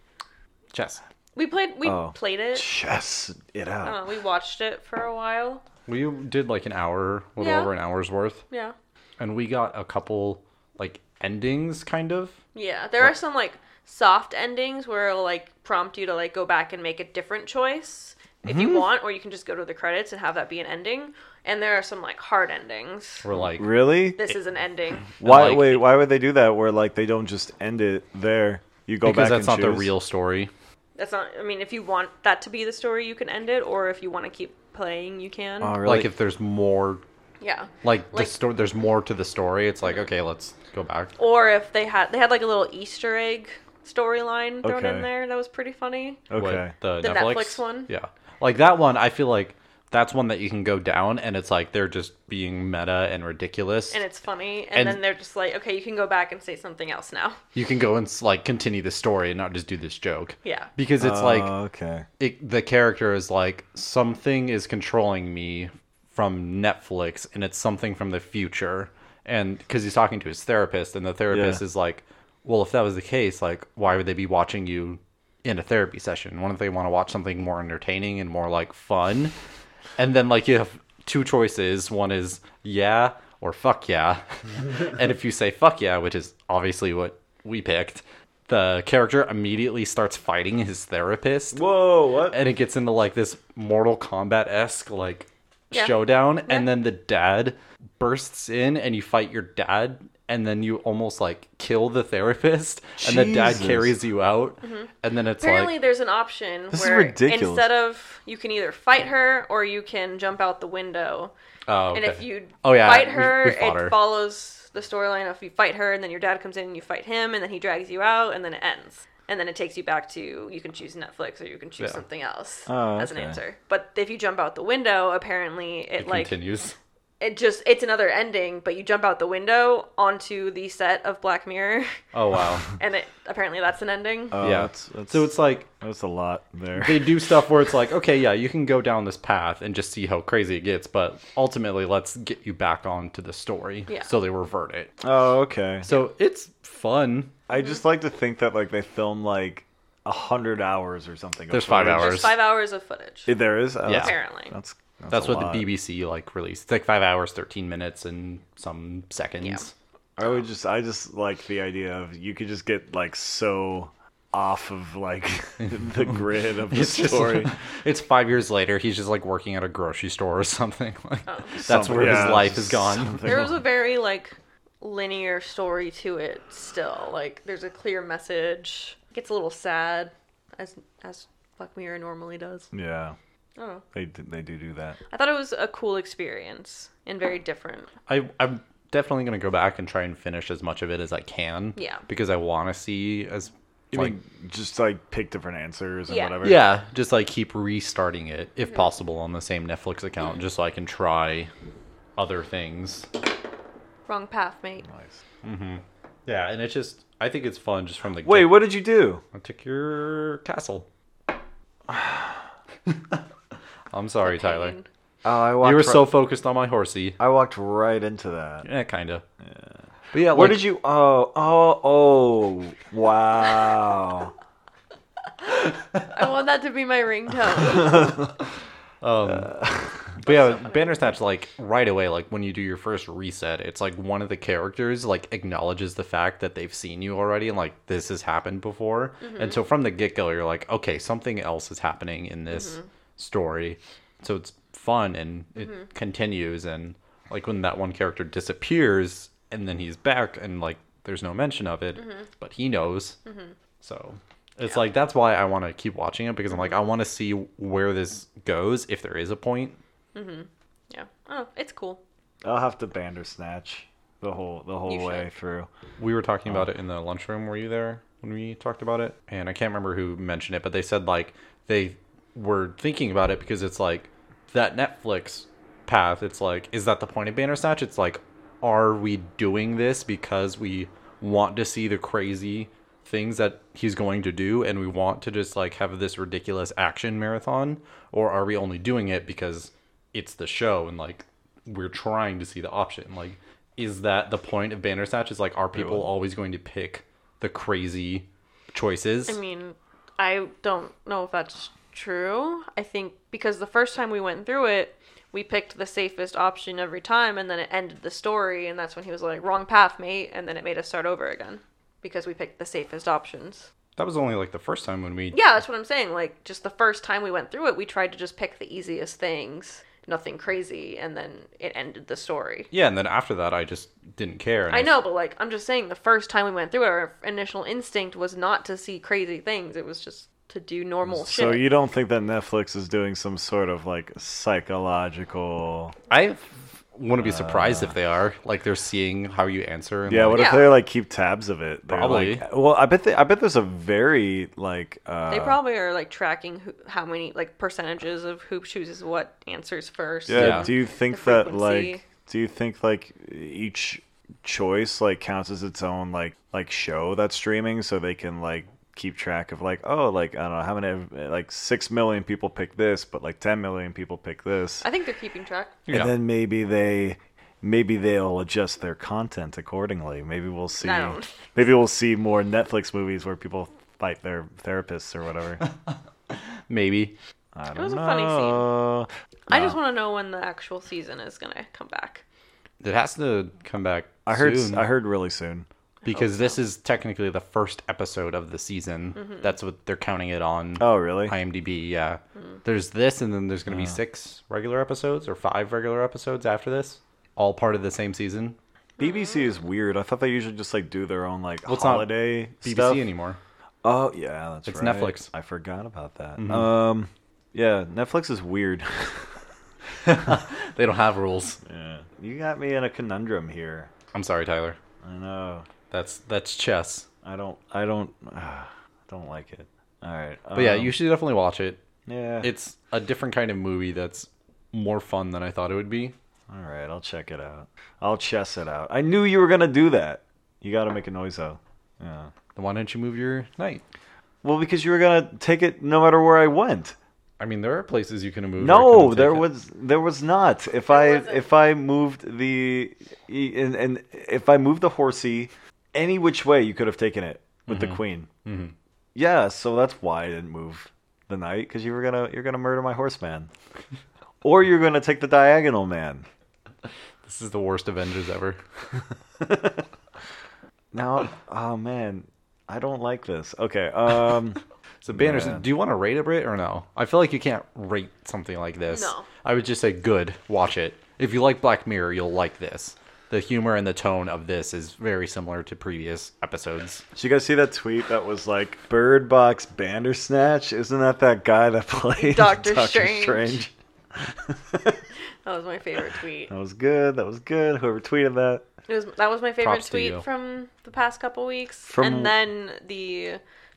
Speaker 1: chess?
Speaker 3: we played, we
Speaker 2: Oh.
Speaker 3: played it.
Speaker 2: Chess it out.
Speaker 3: Uh, we watched it for a while.
Speaker 1: We did like an hour, a little
Speaker 3: Yeah.
Speaker 1: over an hour's worth.
Speaker 3: Yeah,
Speaker 1: And we got a couple like endings kind of.
Speaker 3: yeah.
Speaker 2: Oh.
Speaker 3: There are some like soft endings where it'll like prompt you to like go back and make a different choice if
Speaker 2: Mm-hmm.
Speaker 3: you want, or you can just go to the credits and have that be an ending. And there are some like hard endings.
Speaker 1: We're like
Speaker 2: Really?
Speaker 3: This is an ending.
Speaker 2: why?
Speaker 1: like-
Speaker 2: wait, why would they do that? Where like they don't just end it there? You go
Speaker 1: because
Speaker 2: back
Speaker 1: that's
Speaker 2: and
Speaker 1: not the
Speaker 2: choose?
Speaker 1: real story.
Speaker 3: That's not. I mean, if you want that to be the story, you can end it, or if you want to keep playing, you can.
Speaker 2: Oh, really?
Speaker 1: Like if there's more
Speaker 3: yeah.
Speaker 1: like,
Speaker 3: Like-
Speaker 1: the story there's more to the story it's like okay let's go back
Speaker 3: or if they had they had like a little Easter egg storyline thrown
Speaker 2: Okay.
Speaker 3: in there that was pretty funny.
Speaker 1: What,
Speaker 2: okay.
Speaker 1: the,
Speaker 3: The
Speaker 1: netflix?
Speaker 3: Netflix one?
Speaker 1: yeah like that one i feel like that's one that you can go down and it's like they're just being meta and ridiculous
Speaker 3: And it's funny, and,
Speaker 1: And-
Speaker 3: then they're just like, okay, you can go back and say something else now.
Speaker 1: you can go and s- like continue the story and not just do this joke
Speaker 3: Yeah.
Speaker 1: because it's
Speaker 2: Oh,
Speaker 1: like
Speaker 2: okay.
Speaker 1: it, the character is like something is controlling me from netflix and it's something from the future and because he's talking to his therapist and the therapist
Speaker 2: Yeah.
Speaker 1: is like well if that was the case like why would they be watching you in a therapy session why don't they want to watch something more entertaining and more like fun and then like you have two choices one is yeah or fuck yeah <laughs> and if you say fuck yeah which is obviously what we picked the character immediately starts fighting his therapist
Speaker 2: Whoa! What?
Speaker 1: and it gets into like this Mortal Kombat esque like
Speaker 3: Yeah.
Speaker 1: showdown, and then the dad bursts in, and you fight your dad, and then you almost like kill the therapist and the dad
Speaker 2: Jesus.
Speaker 1: carries you out and then it's
Speaker 3: Mm-hmm. Apparently,
Speaker 1: like
Speaker 3: there's an option
Speaker 2: This is
Speaker 3: where
Speaker 2: ridiculous.
Speaker 3: instead of you can either fight her or you can jump out the window.
Speaker 1: oh, okay.
Speaker 3: And if you
Speaker 1: Oh, yeah,
Speaker 3: fight
Speaker 1: we-
Speaker 3: her,
Speaker 1: we fought
Speaker 3: it
Speaker 1: her.
Speaker 3: follows the storyline. of If you fight her, and then your dad comes in and you fight him, and then he drags you out, and then it ends. And then it takes you back to you can choose Netflix or you can choose
Speaker 1: Yeah.
Speaker 3: something else
Speaker 2: Oh,
Speaker 3: as an
Speaker 2: okay.
Speaker 3: answer. But if you jump out the window, apparently it,
Speaker 1: it
Speaker 3: like
Speaker 1: continues
Speaker 3: it just it's another ending. But you jump out the window onto the set of Black Mirror, <laughs>
Speaker 1: oh
Speaker 2: <laughs>
Speaker 1: wow
Speaker 3: and it apparently that's an ending.
Speaker 2: Oh,
Speaker 1: yeah
Speaker 2: that's, that's,
Speaker 1: so it's like
Speaker 2: that's a lot there.
Speaker 1: they do stuff where it's like, okay, yeah, you can go down this path and just see how crazy it gets, but ultimately, let's get you back onto the story.
Speaker 3: Yeah.
Speaker 1: So they revert it.
Speaker 2: <laughs> Oh, okay.
Speaker 1: So it's fun.
Speaker 2: I just like to think that like they film like a hundred hours or something. of
Speaker 1: There's five
Speaker 2: footage.
Speaker 1: hours.
Speaker 3: There's five hours of footage.
Speaker 2: If There is. Oh,
Speaker 1: Yeah.
Speaker 2: that's-
Speaker 3: Apparently.
Speaker 2: That's that's,
Speaker 1: That's
Speaker 2: a
Speaker 1: what
Speaker 2: lot.
Speaker 1: the BBC like released. It's like five hours, thirteen minutes, and some seconds.
Speaker 2: I would just I just like the idea of you could just get like so off of like <laughs> the grid of
Speaker 1: <laughs>
Speaker 2: the
Speaker 1: It's just-
Speaker 2: story.
Speaker 1: <laughs> it's five years later. He's just like working at a grocery store or <laughs> something. Like that's
Speaker 2: Some-
Speaker 1: where
Speaker 2: yeah,
Speaker 1: his life
Speaker 2: just
Speaker 1: is gone.
Speaker 2: something.
Speaker 3: There was a very like linear story to it still. Like there's a clear message. It gets a little sad as as Black Mirror normally does.
Speaker 2: <laughs> Yeah.
Speaker 3: I don't know.
Speaker 2: They d- they do do that.
Speaker 3: I thought it was a cool experience and very different.
Speaker 1: I, I'm definitely going to go back and try and finish as much of it as I can.
Speaker 3: Yeah.
Speaker 1: Because I want to see as
Speaker 2: You
Speaker 1: like
Speaker 2: mean just like pick different answers and
Speaker 3: Yeah.
Speaker 2: whatever.
Speaker 1: Yeah, just like keep restarting it if possible on the same Netflix account, just so I can try other things.
Speaker 3: Wrong path, mate.
Speaker 2: Nice.
Speaker 1: Yeah, and it's just I think it's fun just from the
Speaker 2: Wait, what did you do?
Speaker 1: I took your castle. <sighs> I'm sorry, Tyler.
Speaker 3: Pain.
Speaker 2: Oh, I walked.
Speaker 1: You were
Speaker 2: ri-
Speaker 1: so focused on my horsey.
Speaker 2: I walked right into that.
Speaker 1: Yeah, kind of. But yeah,
Speaker 2: Where
Speaker 1: like,
Speaker 2: did you? Oh, oh, oh! Wow. <laughs>
Speaker 3: I want that to be my
Speaker 1: <laughs>
Speaker 3: ringtone.
Speaker 1: But yeah, Bandersnatch, like right away, like when you do your first reset, it's like one of the characters like acknowledges the fact that they've seen you already and like this has happened before. And so from the get go, you're like, okay, something else is happening in this story. So it's fun and it continues. And like when that one character disappears and then he's back and like there's no mention of it, but he knows. So it's like that's why I want to keep watching it because I'm like, I want to see where this goes if there is a point.
Speaker 3: yeah. Oh, it's cool.
Speaker 2: I'll have to bandersnatch the whole the whole
Speaker 3: You should.
Speaker 2: way through.
Speaker 1: We were talking about it in the lunchroom. Were you there when we talked about it? And I can't remember who mentioned it, but they said like they were thinking about it because it's like that Netflix path. It's like, is that the point of Bandersnatch? It's like, are we doing this because we want to see the crazy things that he's going to do and we want to just like have this ridiculous action marathon? Or are we only doing it because it's the show and like we're trying to see the option? Like, is that the point of Bandersnatch? Is like, are people always going to pick the crazy choices?
Speaker 3: I mean, I don't know if that's true. I think because the first time we went through it, we picked the safest option every time, and then it ended the story, and that's when he was like, "Wrong path, mate," and then it made us start over again because we picked the safest options.
Speaker 1: that was only like the first time when we
Speaker 3: Yeah, that's what I'm saying. Like, just the first time we went through it, we tried to just pick the easiest things, nothing crazy, and then it ended the story.
Speaker 1: Yeah, and then after that, I just didn't care. and
Speaker 3: I know, but like, I'm just saying, the first time we went through it, our initial instinct was not to see crazy things; it was just to do normal shit.
Speaker 2: So you don't think that Netflix is doing some sort of like psychological?
Speaker 1: I wouldn't be surprised if they are. Like they're seeing how you answer. And
Speaker 2: Yeah.
Speaker 1: like,
Speaker 2: What if
Speaker 3: Yeah.
Speaker 2: they like keep tabs of it? They're
Speaker 1: Probably.
Speaker 2: Like, well, I bet. They, I bet there's a very like. Uh,
Speaker 3: They probably are like tracking who, how many like percentages of who chooses what answers first.
Speaker 2: yeah,
Speaker 1: Yeah.
Speaker 2: Do you think
Speaker 3: The
Speaker 2: that
Speaker 3: frequency.
Speaker 2: like? Do you think like each choice like counts as its own like like show that's streaming so they can like keep track of like oh like i don't know how many like 6 million people pick this but like 10 million people pick this
Speaker 3: I think they're keeping track.
Speaker 1: Yeah.
Speaker 2: and then maybe they maybe they'll adjust their content accordingly maybe we'll see
Speaker 3: I don't-
Speaker 2: maybe we'll see more netflix movies where people fight their therapists or
Speaker 3: <laughs>
Speaker 2: whatever
Speaker 1: maybe.
Speaker 2: I don't
Speaker 3: was a
Speaker 2: know.
Speaker 3: funny scene.
Speaker 2: scene
Speaker 3: I
Speaker 1: Uh.
Speaker 3: just want to know when the actual season is gonna come back.
Speaker 1: It has to come back.
Speaker 2: i heard
Speaker 1: soon,
Speaker 2: i heard really soon
Speaker 1: because this is technically the first episode of the season.
Speaker 3: Mm-hmm.
Speaker 1: That's what they're counting it on.
Speaker 2: oh really
Speaker 1: IMDb. Yeah.
Speaker 2: Hmm.
Speaker 1: There's this, and then there's going to be six regular episodes or five regular episodes after this, all part of the same season.
Speaker 2: BBC is weird. I thought they usually just like do their own like
Speaker 1: Well, it's not
Speaker 2: holiday
Speaker 1: BBC
Speaker 2: stuff. <laughs>
Speaker 1: anymore. <laughs>
Speaker 2: Oh yeah, that's
Speaker 1: It's
Speaker 2: right.
Speaker 1: Netflix. Mm-hmm.
Speaker 2: I forgot about that. Um, yeah, Netflix is weird.
Speaker 1: <laughs> They don't have rules.
Speaker 2: yeah. You got me in a conundrum here.
Speaker 1: I'm sorry, Tyler.
Speaker 2: I know.
Speaker 1: That's that's chess.
Speaker 2: I don't. I don't. <sighs> I don't like it. All right. um,
Speaker 1: But yeah, you should definitely watch it.
Speaker 2: Yeah.
Speaker 1: It's a different kind of movie that's more fun than I thought it would be.
Speaker 2: All right. I'll check it out. I'll chess it out. I knew you were gonna do that. You got to make a noise though. Yeah.
Speaker 1: Then why don't you move your night?
Speaker 2: Well, because you were gonna take it no matter where I went.
Speaker 1: I mean, there are places you can move. where I couldn't
Speaker 2: No,
Speaker 1: take
Speaker 2: there
Speaker 1: it.
Speaker 2: was there was not. If I
Speaker 3: wasn't.
Speaker 2: if I moved the e- and, and if I moved the horsey any which way, you could have taken it with the queen. Mm-hmm. Yeah, so that's why I didn't move the knight because you were gonna you're gonna murder my <laughs> horseman, or you're gonna take the diagonal man.
Speaker 1: This is the worst Avengers ever.
Speaker 2: Now, oh man, I don't like this. Okay, um,
Speaker 1: So banners.
Speaker 2: Yeah.
Speaker 1: Do you want to rate it, Brit, or no? I feel like you can't rate something like this.
Speaker 3: No.
Speaker 1: I would just say good. Watch it. If you like Black Mirror, you'll like this. The humor and the tone of this is very similar to previous episodes.
Speaker 2: did you guys see that tweet that was like Bird Box Bandersnatch? Isn't that that guy that <laughs> played
Speaker 3: Doctor Strange.
Speaker 2: Strange?
Speaker 3: That was my favorite tweet.
Speaker 1: Oh.
Speaker 2: That was good. That was good. Whoever tweeted that.
Speaker 3: It was that was my favorite
Speaker 1: Props to
Speaker 3: tweet
Speaker 1: you.
Speaker 3: from the past couple weeks.
Speaker 2: From-
Speaker 3: And then the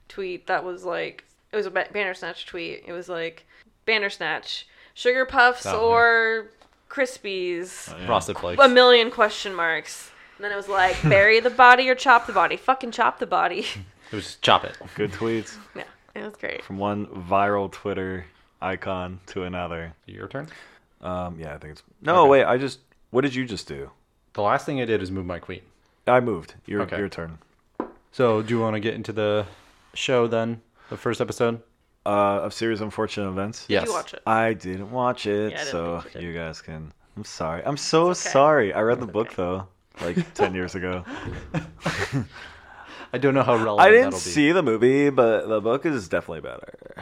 Speaker 3: tweet that was like it was a Ba- Bandersnatch tweet. It was like Bandersnatch, sugar puffs
Speaker 1: Oh, yeah. Oh,
Speaker 3: or crispies?
Speaker 1: Frosted Flakes.
Speaker 3: A million question marks. And then it was like bury the body or chop the body. Fucking chop the body. <laughs>
Speaker 1: It was just chop it.
Speaker 2: Good tweets
Speaker 3: yeah, it was great.
Speaker 2: from one viral Twitter icon to another.
Speaker 1: Your turn.
Speaker 2: Um, yeah, I think it's. No,
Speaker 1: Okay.
Speaker 2: wait. I just. What did you just do?
Speaker 1: The last thing I did is move my queen.
Speaker 2: I moved. Your
Speaker 1: Okay.
Speaker 2: your turn.
Speaker 1: So do you want to get into the show then? The first episode.
Speaker 2: Uh, of series unfortunate events.
Speaker 1: Yes.
Speaker 3: Did you watch it?
Speaker 2: I didn't watch it,
Speaker 3: Yeah, I didn't
Speaker 2: so
Speaker 3: think you did.
Speaker 2: you guys can. I'm sorry. I'm so
Speaker 3: okay.
Speaker 2: sorry. I read the book
Speaker 3: okay.
Speaker 2: though,
Speaker 3: <laughs>
Speaker 2: like ten years ago.
Speaker 1: I don't know how relevant.
Speaker 2: I didn't
Speaker 1: that'll
Speaker 2: see the movie, but the book is definitely better. <laughs>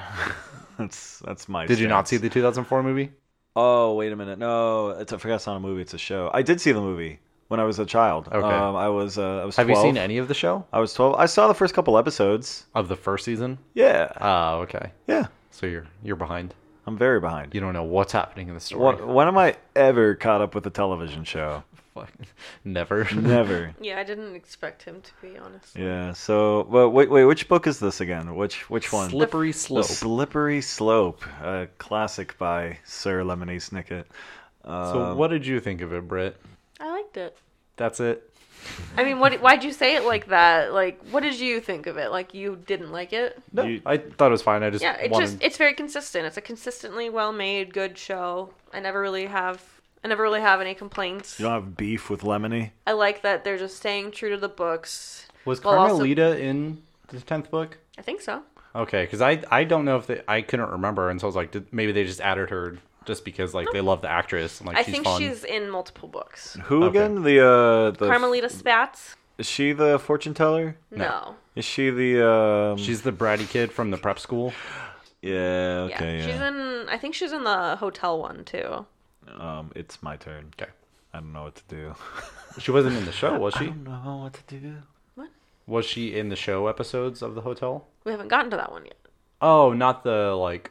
Speaker 2: that's that's my.
Speaker 1: Be. Did you not
Speaker 2: stance.
Speaker 1: see the 2004 movie?
Speaker 2: Oh wait a minute! No, it's I forgot it's not a movie; it's a show. I did see the movie when I was a child.
Speaker 1: Okay.
Speaker 2: um, I was uh, I was.
Speaker 1: Have
Speaker 2: 12.
Speaker 1: you seen any of the show
Speaker 2: I was twelve. I saw the first couple episodes.
Speaker 1: of the first season?
Speaker 2: Yeah,
Speaker 1: Oh, okay.
Speaker 2: yeah.
Speaker 1: So you're you're behind.
Speaker 2: I'm very behind.
Speaker 1: You don't know what's happening in the story.
Speaker 2: When, when am I ever caught up with a television show?
Speaker 1: <laughs> Fuck. <laughs> Never.
Speaker 2: Never.
Speaker 3: Yeah, I didn't expect him to be honest.
Speaker 2: yeah. So, but wait, wait. Which book is this again? Which which one?
Speaker 1: Slippery
Speaker 2: The
Speaker 1: slope.
Speaker 2: Slippery Slope, a classic by Sir Lemony Snicket. Um,
Speaker 1: so what did you think of it, Britt?
Speaker 3: I liked it.
Speaker 1: That's it.
Speaker 3: I mean, what? Why'd you say it like that? Like, what did you think of it? Like, you didn't like it?
Speaker 1: No,
Speaker 2: You-
Speaker 1: I thought it was fine. I just
Speaker 3: Yeah, it
Speaker 1: wanted.
Speaker 3: just it's very consistent. It's a consistently well made, good show. I never really have I never really have any complaints.
Speaker 2: You don't have beef with Lemony?
Speaker 3: I like that they're just staying true to the books.
Speaker 1: was
Speaker 3: Well, also-
Speaker 1: Carmelita in the tenth book?
Speaker 3: I think so.
Speaker 1: Okay, because I I don't know if they, I couldn't remember, and so I was like, did, maybe they just added her just because like they love the actress and like
Speaker 3: I
Speaker 1: she's
Speaker 3: think
Speaker 1: fun.
Speaker 3: she's in multiple books.
Speaker 2: Who
Speaker 1: Okay.
Speaker 2: again? The uh, the
Speaker 3: Carmelita Spatz?
Speaker 2: Is she the fortune teller?
Speaker 3: No.
Speaker 2: Is she the um
Speaker 1: She's the bratty kid from the prep school.
Speaker 2: Yeah,
Speaker 3: Yeah.
Speaker 2: okay, yeah.
Speaker 3: She's in I think she's in the hotel one too.
Speaker 2: Um it's my turn.
Speaker 1: Okay,
Speaker 2: I don't know what to do.
Speaker 1: she wasn't in the show, was she?
Speaker 2: know what to do.
Speaker 1: Was she in the show episodes of the hotel?
Speaker 3: We haven't gotten to that one yet.
Speaker 1: Oh, not the like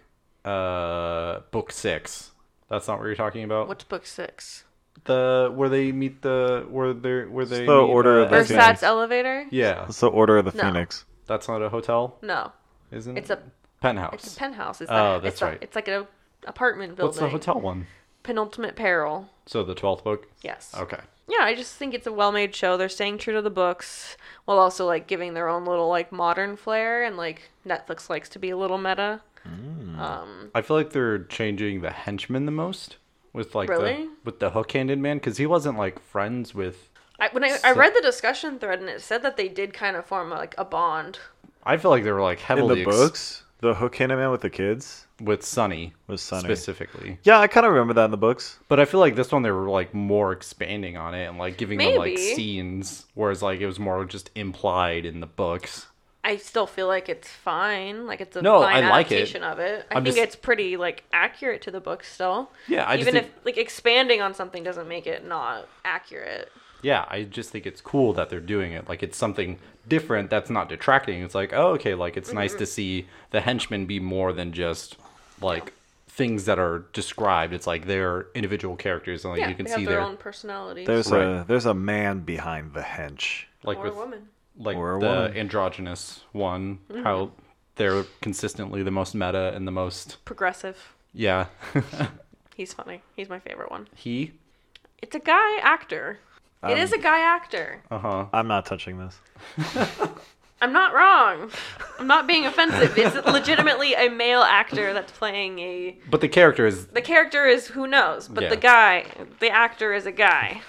Speaker 1: uh book six. That's not what you're talking about.
Speaker 3: What's book six?
Speaker 1: the where they meet the where they where they
Speaker 2: the
Speaker 1: meet,
Speaker 2: Order of the
Speaker 1: Ex-
Speaker 2: Phoenix.
Speaker 3: Versat's elevator?
Speaker 1: yeah
Speaker 2: That's the order of the
Speaker 3: No.
Speaker 2: Phoenix.
Speaker 1: that's not a hotel
Speaker 3: No.
Speaker 1: isn't
Speaker 3: It's
Speaker 1: it
Speaker 3: a
Speaker 1: penthouse
Speaker 3: it's a penthouse. It's
Speaker 1: Oh,
Speaker 3: not-
Speaker 1: that's
Speaker 3: it's a-
Speaker 1: right.
Speaker 3: it's like an apartment building.
Speaker 1: what's the hotel one
Speaker 3: Penultimate peril.
Speaker 1: so the 12th book
Speaker 3: Yes.
Speaker 1: okay
Speaker 3: yeah, I just think it's a well-made show. They're staying true to the books while also like giving their own little like modern flair and like Netflix likes to be a little meta. Um,
Speaker 1: i feel like they're changing the henchman the most with like
Speaker 3: Really?
Speaker 1: the with the hook-handed man because he wasn't like friends with
Speaker 3: I, when I, I read the discussion thread and it said that they did kind of form like a bond.
Speaker 1: i feel like they were like
Speaker 2: In
Speaker 1: heavily
Speaker 2: the
Speaker 1: ex-
Speaker 2: books? The hook handed man with the kids?
Speaker 1: with sunny
Speaker 2: With Sonny.
Speaker 1: specifically
Speaker 2: Yeah, I kinda remember that in the books.
Speaker 1: but i feel like this one they were like more expanding on it and like giving them like
Speaker 3: Maybe.
Speaker 1: scenes whereas like it was more just implied in the books
Speaker 3: I still feel like it's fine. Like it's a
Speaker 1: No,
Speaker 3: fine
Speaker 1: I like it.
Speaker 3: adaptation of it. I
Speaker 1: I'm
Speaker 3: think
Speaker 1: just-
Speaker 3: it's pretty like accurate to the book still.
Speaker 1: Yeah, I just
Speaker 3: Even
Speaker 1: think,
Speaker 3: if like expanding on something doesn't make it not accurate.
Speaker 1: yeah, I just think it's cool that they're doing it. Like it's something different that's not detracting. It's like, oh, okay, like it's nice
Speaker 3: Mm-hmm.
Speaker 1: to see the henchmen be more than just like things that are described. It's like they're individual characters, and like
Speaker 3: yeah,
Speaker 1: you can
Speaker 3: they have
Speaker 1: see
Speaker 3: their
Speaker 1: their
Speaker 3: own personalities.
Speaker 2: There's a
Speaker 1: Right.
Speaker 2: there's a man behind the hench.
Speaker 1: like
Speaker 3: or
Speaker 1: with
Speaker 3: a woman. Mm-hmm.
Speaker 1: like
Speaker 2: Or a
Speaker 1: the
Speaker 2: woman.
Speaker 1: androgynous one, how they're consistently the most meta and the most
Speaker 3: Progressive.
Speaker 1: yeah. <laughs>
Speaker 3: He's funny. He's my favorite one.
Speaker 1: he
Speaker 3: It's a guy actor. it
Speaker 1: Um,
Speaker 3: is a guy actor.
Speaker 1: uh huh.
Speaker 2: I'm not touching this.
Speaker 3: I'm not wrong. I'm not being offensive.
Speaker 1: <laughs>
Speaker 3: It's legitimately a male actor that's playing a.
Speaker 1: But the character is
Speaker 3: The character is who knows, but the
Speaker 1: Yeah.
Speaker 3: guy, the actor is a guy.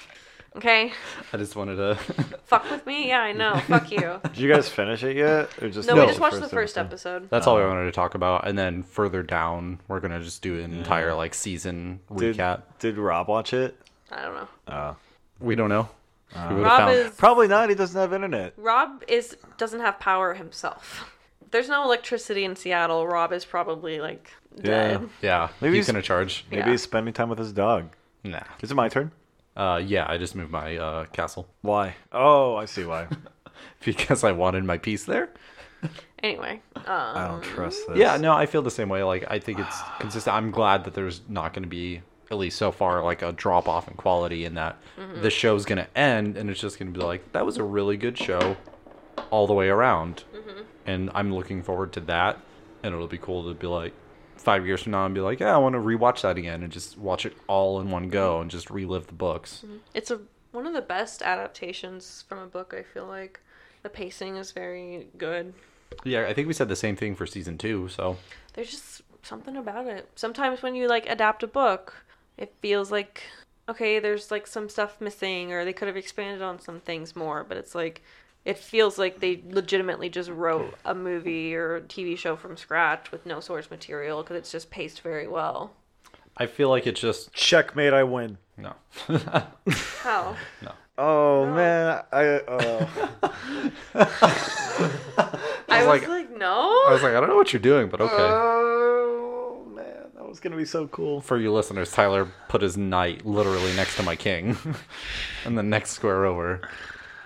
Speaker 3: Okay?
Speaker 1: I just wanted to <laughs>
Speaker 3: Fuck with me? Yeah, I know. Fuck <laughs> you.
Speaker 2: Did you guys finish it yet? Or just
Speaker 3: No,
Speaker 1: No.
Speaker 3: we just watched the first episode.
Speaker 1: That's all I wanted to talk about, and then further down, we're gonna just do an entire like season
Speaker 2: Did,
Speaker 1: recap.
Speaker 2: did Rob watch it?
Speaker 3: I don't know.
Speaker 2: Oh.
Speaker 1: We don't know. we would've
Speaker 3: Rob is
Speaker 2: Probably not. He doesn't have internet.
Speaker 3: Rob is doesn't have power himself. There's no electricity in Seattle. Rob is probably like dead.
Speaker 1: Yeah,
Speaker 2: Maybe
Speaker 1: he's
Speaker 2: he's-
Speaker 1: gonna charge.
Speaker 2: Maybe
Speaker 3: Yeah.
Speaker 2: he's spending time with his dog.
Speaker 1: Nah.
Speaker 2: Is it my turn?
Speaker 1: Uh, yeah, I just moved my uh, castle <laughs>
Speaker 2: Why? Oh, I
Speaker 3: <laughs>
Speaker 2: see why.
Speaker 1: because I wanted my piece there.
Speaker 3: Anyway,
Speaker 2: I
Speaker 3: um,
Speaker 2: don't trust this.
Speaker 1: Yeah, no, I feel the same way. Like, I think it's consistent. I'm glad that there's not going to be, at least so far, like a drop off in quality, and that the show's going to end, and it's just going to be like, that was a really good show all the way around. And I'm looking forward to that. And it'll be cool to be like, five years from now, and be like, yeah, I want to rewatch that again and just watch it all in one go and just relive the books.
Speaker 3: it's a one of the best adaptations from a book. I feel like the pacing is very good.
Speaker 1: Yeah, I think we said the same thing for season two. So,
Speaker 3: There's just something about it. Sometimes when you like adapt a book, it feels like okay, there's like some stuff missing, or they could have expanded on some things more. But it's like it feels like they legitimately just wrote a movie or TV show from scratch with no source material because it's just paced very well.
Speaker 1: I feel like it's just,
Speaker 2: Checkmate, I win.
Speaker 1: no. <laughs>
Speaker 3: How?
Speaker 2: Oh, man. I, oh.
Speaker 3: I was
Speaker 1: was
Speaker 3: like,
Speaker 1: like-
Speaker 3: no.
Speaker 1: I was like, I don't know what you're doing, but
Speaker 2: Uh,
Speaker 1: okay.
Speaker 2: <laughs> oh, man. That was going to be so cool.
Speaker 1: For you listeners, Tyler put his knight literally next to my king <laughs> and the next square over.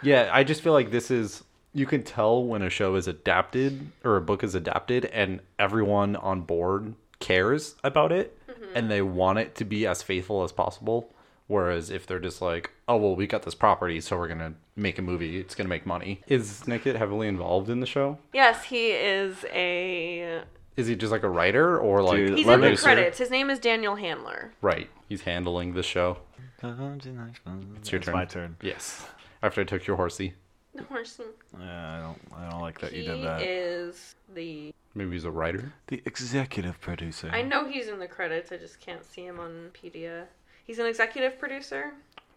Speaker 1: Yeah, I just feel like this is you can tell when a show is adapted or a book is adapted and everyone on board cares about it
Speaker 3: Mm-hmm.
Speaker 1: and they want it to be as faithful as possible. Whereas if they're just like, oh well, we got this property, so we're gonna make a movie. It's gonna make money. Is Snicket heavily involved in the show?
Speaker 3: yes, he is a.
Speaker 1: Is he just like a writer or like
Speaker 2: Dude,
Speaker 3: He's
Speaker 2: Let
Speaker 3: in the
Speaker 2: me-
Speaker 1: producer?
Speaker 3: credits. His name is Daniel Handler.
Speaker 1: Right, he's handling the show.
Speaker 2: It's
Speaker 1: your turn.
Speaker 2: my turn.
Speaker 1: Yes. After I took your horsey.
Speaker 3: The person.
Speaker 2: Yeah, I don't, I don't like that
Speaker 3: He
Speaker 2: you did that.
Speaker 3: is the.
Speaker 1: Maybe he's a writer.
Speaker 2: The executive producer.
Speaker 3: I know he's in the credits. I just can't see him on Pedia. He's an executive producer.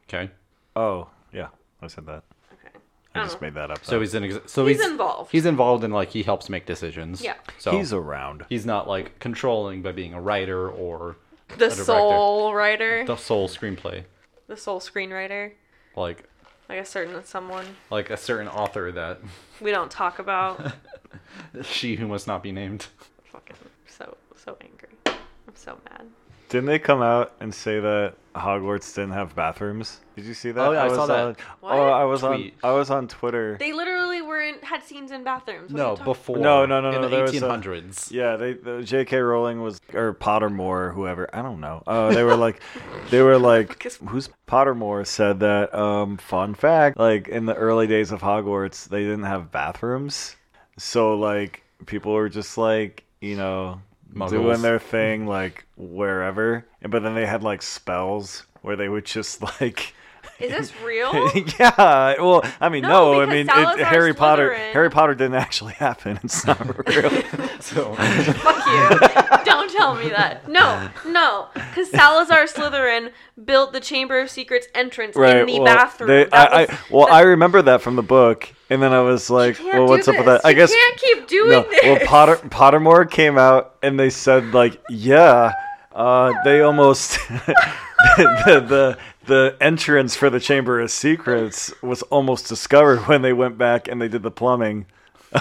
Speaker 1: Okay.
Speaker 2: Oh, yeah. I said that.
Speaker 3: Okay.
Speaker 2: I
Speaker 3: I
Speaker 2: just
Speaker 3: don't know.
Speaker 2: made that up.
Speaker 1: So he's an ex- so
Speaker 3: He's
Speaker 1: he's,
Speaker 3: involved.
Speaker 1: He's involved in like he helps make decisions.
Speaker 3: Yeah.
Speaker 1: So
Speaker 2: he's
Speaker 1: he's
Speaker 2: around.
Speaker 1: he's not like controlling by being a writer or
Speaker 3: The
Speaker 1: director.
Speaker 3: sole writer.
Speaker 1: the sole screenplay.
Speaker 3: The sole screenwriter.
Speaker 1: Like
Speaker 3: Like a certain someone
Speaker 1: like a certain author that <laughs>
Speaker 3: we don't talk about.
Speaker 1: she who must not be named.
Speaker 3: Fucking so so angry. I'm so mad.
Speaker 2: Didn't they come out and say that Hogwarts didn't have bathrooms? Did you see that?
Speaker 1: Oh, yeah, I
Speaker 2: was
Speaker 1: saw that.
Speaker 2: On,
Speaker 3: What?
Speaker 2: Oh, I was
Speaker 1: Tweet.
Speaker 2: on. I was on Twitter.
Speaker 3: They literally were in, had scenes in bathrooms. What are
Speaker 1: No,
Speaker 3: you talk-
Speaker 1: before
Speaker 2: No, no, no,
Speaker 1: in
Speaker 2: no,
Speaker 1: the
Speaker 2: there was a-
Speaker 1: eighteen <laughs> hundreds.
Speaker 2: yeah, they the J.K. Rowling was or Pottermore, whoever I don't know. Uh, they were like, they
Speaker 3: <laughs>
Speaker 2: were like, who's Pottermore said that. Um, fun fact, like in the early days of Hogwarts, they didn't have bathrooms, so like people were just like, you know, doing
Speaker 1: Muggles.
Speaker 2: their thing like wherever, and but then they had like spells where they would just <laughs> like.
Speaker 3: Is this real?
Speaker 2: <laughs> yeah. Well, I mean,
Speaker 3: Oh. No,
Speaker 2: no. I
Speaker 3: because
Speaker 2: mean, it,
Speaker 3: Salazar
Speaker 2: Harry Potter.
Speaker 3: Slytherin-
Speaker 2: Harry Potter didn't <laughs> actually happen. It's
Speaker 3: <laughs>
Speaker 2: not real.
Speaker 1: <laughs> So
Speaker 3: Fuck you. Don't tell me that. No, no. Because Salazar Slytherin built the Chamber of Secrets entrance in the
Speaker 2: well,
Speaker 3: bathroom.
Speaker 2: they-
Speaker 3: That
Speaker 2: I,
Speaker 3: was-
Speaker 2: I,
Speaker 3: <laughs>
Speaker 2: well, I remember that from the book, and then I was like,
Speaker 3: can't
Speaker 2: "Well,
Speaker 3: do
Speaker 2: what's up with
Speaker 3: this.
Speaker 2: that?" I
Speaker 3: You
Speaker 2: guess
Speaker 3: can't keep doing
Speaker 2: no.
Speaker 3: this.
Speaker 2: Well, Potter Pottermore came out and they said like, "Yeah, uh, they almost <laughs> the, the the entrance for the Chamber of Secrets was almost discovered when they went back and they did the plumbing."
Speaker 3: <laughs>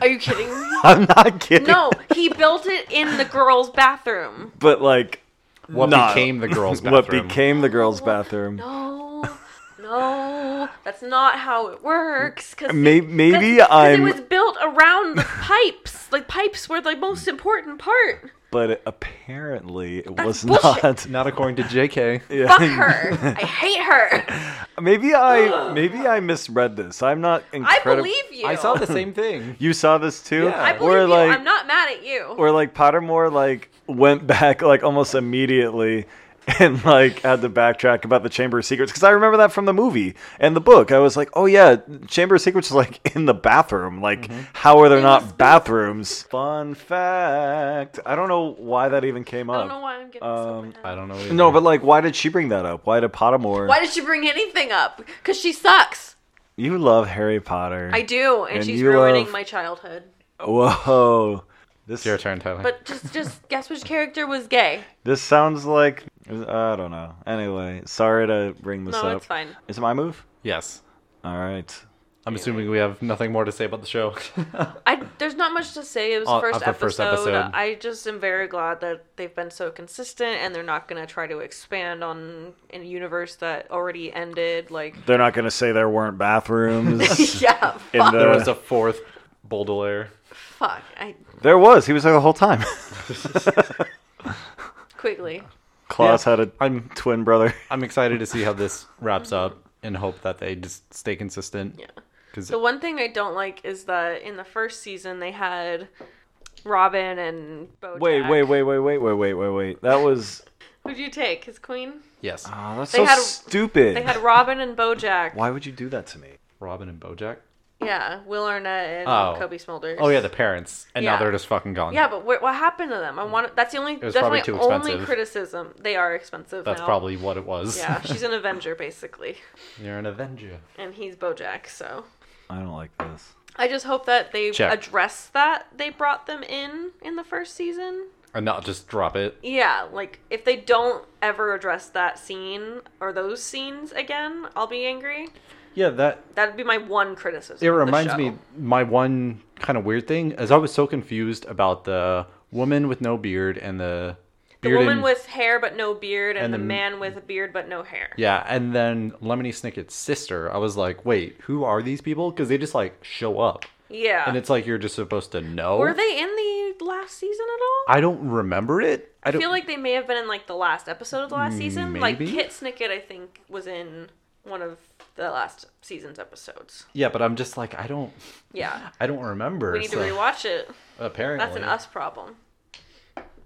Speaker 3: Are you kidding me?
Speaker 2: <laughs> I'm not kidding.
Speaker 3: No, he built it in the girls'
Speaker 2: <laughs>
Speaker 3: bathroom.
Speaker 2: But like
Speaker 1: What
Speaker 2: not-
Speaker 1: became the <laughs> girls'
Speaker 2: What
Speaker 1: bathroom.
Speaker 2: became the girls'
Speaker 3: Oh,
Speaker 2: bathroom.
Speaker 3: No, no, that's not how it works. Cause
Speaker 2: May- maybe
Speaker 3: 'cause
Speaker 2: I'm-
Speaker 3: It was built
Speaker 2: <laughs>
Speaker 3: around the pipes. Like pipes were the most important
Speaker 2: <laughs>
Speaker 3: part.
Speaker 2: But apparently it was
Speaker 3: bullshit.
Speaker 2: not. <laughs>
Speaker 1: Not according to JK.
Speaker 2: Yeah.
Speaker 3: Fuck her. I hate her.
Speaker 2: Maybe I maybe I misread this. I'm not
Speaker 3: I
Speaker 2: incredible.
Speaker 3: believe you.
Speaker 1: I saw the same thing.
Speaker 2: You saw this too?
Speaker 1: Yeah.
Speaker 3: I believe
Speaker 2: Where,
Speaker 3: you.
Speaker 2: like-
Speaker 3: I'm not mad at you.
Speaker 2: Where like Pottermore like went back like almost immediately <laughs> and like had to backtrack about the Chamber of Secrets because I remember that from the movie and the book. I was like, oh yeah, Chamber of Secrets is like in the bathroom. Like, how are there
Speaker 3: It was-
Speaker 2: not bathrooms? Fun fact. I don't know why that even came
Speaker 3: I
Speaker 2: up.
Speaker 3: don't know why I'm getting so
Speaker 2: Um,
Speaker 3: mad.
Speaker 1: I don't know. either.
Speaker 2: No, but like, why did she bring that up? Why did Pottermore?
Speaker 3: Why did she bring anything up? Because she sucks.
Speaker 2: You love Harry Potter.
Speaker 3: I do, and,
Speaker 2: And
Speaker 3: she's
Speaker 2: you
Speaker 3: ruining
Speaker 2: love-
Speaker 3: my childhood.
Speaker 2: Whoa. This
Speaker 1: It's your turn, Tyler.
Speaker 3: But just, just guess which character was gay.
Speaker 2: this sounds like I don't know. Anyway, sorry to bring this
Speaker 3: No,
Speaker 2: up.
Speaker 3: it's fine.
Speaker 2: Is it my move?
Speaker 1: yes,
Speaker 2: All right.
Speaker 1: I'm assuming we have nothing more to say about the show. <laughs>
Speaker 3: I there's not much to say. It was
Speaker 1: On-
Speaker 3: the first,
Speaker 1: of the first
Speaker 3: episode.
Speaker 1: episode.
Speaker 3: I just am very glad that they've been so consistent, and they're not gonna try to expand on a universe that already ended. Like, <laughs>
Speaker 2: They're not gonna say there weren't bathrooms.
Speaker 3: yeah,
Speaker 2: in
Speaker 3: fuck,
Speaker 2: the-
Speaker 1: there was a fourth Baudelaire.
Speaker 3: fuck. I
Speaker 2: there was. He was there the
Speaker 3: <laughs>
Speaker 2: whole time.
Speaker 3: quickly.
Speaker 2: Klaus
Speaker 1: Yeah.
Speaker 2: had a
Speaker 1: I'm
Speaker 2: twin brother.
Speaker 1: I'm excited to see how this wraps up and hope that they just stay consistent.
Speaker 3: Yeah.
Speaker 1: Because
Speaker 3: The one thing I don't like is that in the first season they had Robin and Bojack.
Speaker 2: Wait, wait, wait, wait, wait, wait, wait, wait, wait. That was.
Speaker 3: Who'd you take? His queen.
Speaker 1: yes,
Speaker 2: Oh, that's
Speaker 3: They
Speaker 2: so
Speaker 3: had-
Speaker 2: stupid.
Speaker 3: They had Robin and Bojack.
Speaker 2: Why would you do that to me?
Speaker 1: Robin and BoJack.
Speaker 3: Yeah, Will Arnett and
Speaker 1: Oh.
Speaker 3: Kobe Smulders.
Speaker 1: Oh yeah, the parents, and now
Speaker 3: Yeah.
Speaker 1: they're just fucking gone.
Speaker 3: Yeah, but what, what happened to them? I want that's the only
Speaker 1: was
Speaker 3: that's
Speaker 1: probably
Speaker 3: my
Speaker 1: too
Speaker 3: only
Speaker 1: expensive.
Speaker 3: criticism. They are expensive.
Speaker 1: that's
Speaker 3: now.
Speaker 1: probably what it was. <laughs>
Speaker 3: yeah. She's an Avenger basically,
Speaker 1: You're an Avenger.
Speaker 3: and he's BoJack. So
Speaker 2: I don't like this.
Speaker 3: I just hope that they
Speaker 1: Check.
Speaker 3: address that they brought them in in the first season.
Speaker 1: And not just drop it.
Speaker 3: Yeah, like if they don't ever address that scene or those scenes again, I'll be angry.
Speaker 1: Yeah, that
Speaker 3: That'd be my one criticism.
Speaker 1: it
Speaker 3: of the
Speaker 1: reminds
Speaker 3: show.
Speaker 1: me my one kind of weird thing is I was so confused about the woman with no beard and the
Speaker 3: the
Speaker 1: beard
Speaker 3: woman
Speaker 1: and-
Speaker 3: with hair but no beard, and,
Speaker 1: and
Speaker 3: the,
Speaker 1: the-
Speaker 3: man with a beard but no hair.
Speaker 1: yeah, and then Lemony Snicket's sister. I was like, wait, who are these people? Because they just like show up,
Speaker 3: Yeah.
Speaker 1: and it's like you're just supposed to know.
Speaker 3: Were they in the last season at all?
Speaker 1: I don't remember it. I
Speaker 3: I
Speaker 1: don't. Mm,
Speaker 3: feel like they may have been in like the last episode of the last season. Like
Speaker 1: Maybe.
Speaker 3: Kit Snicket, I think, was in one of the last season's episodes.
Speaker 1: yeah, but I'm just like I don't.
Speaker 3: Yeah,
Speaker 1: I don't remember.
Speaker 3: we need to
Speaker 1: so-
Speaker 3: rewatch it.
Speaker 1: Apparently,
Speaker 3: That's an us problem.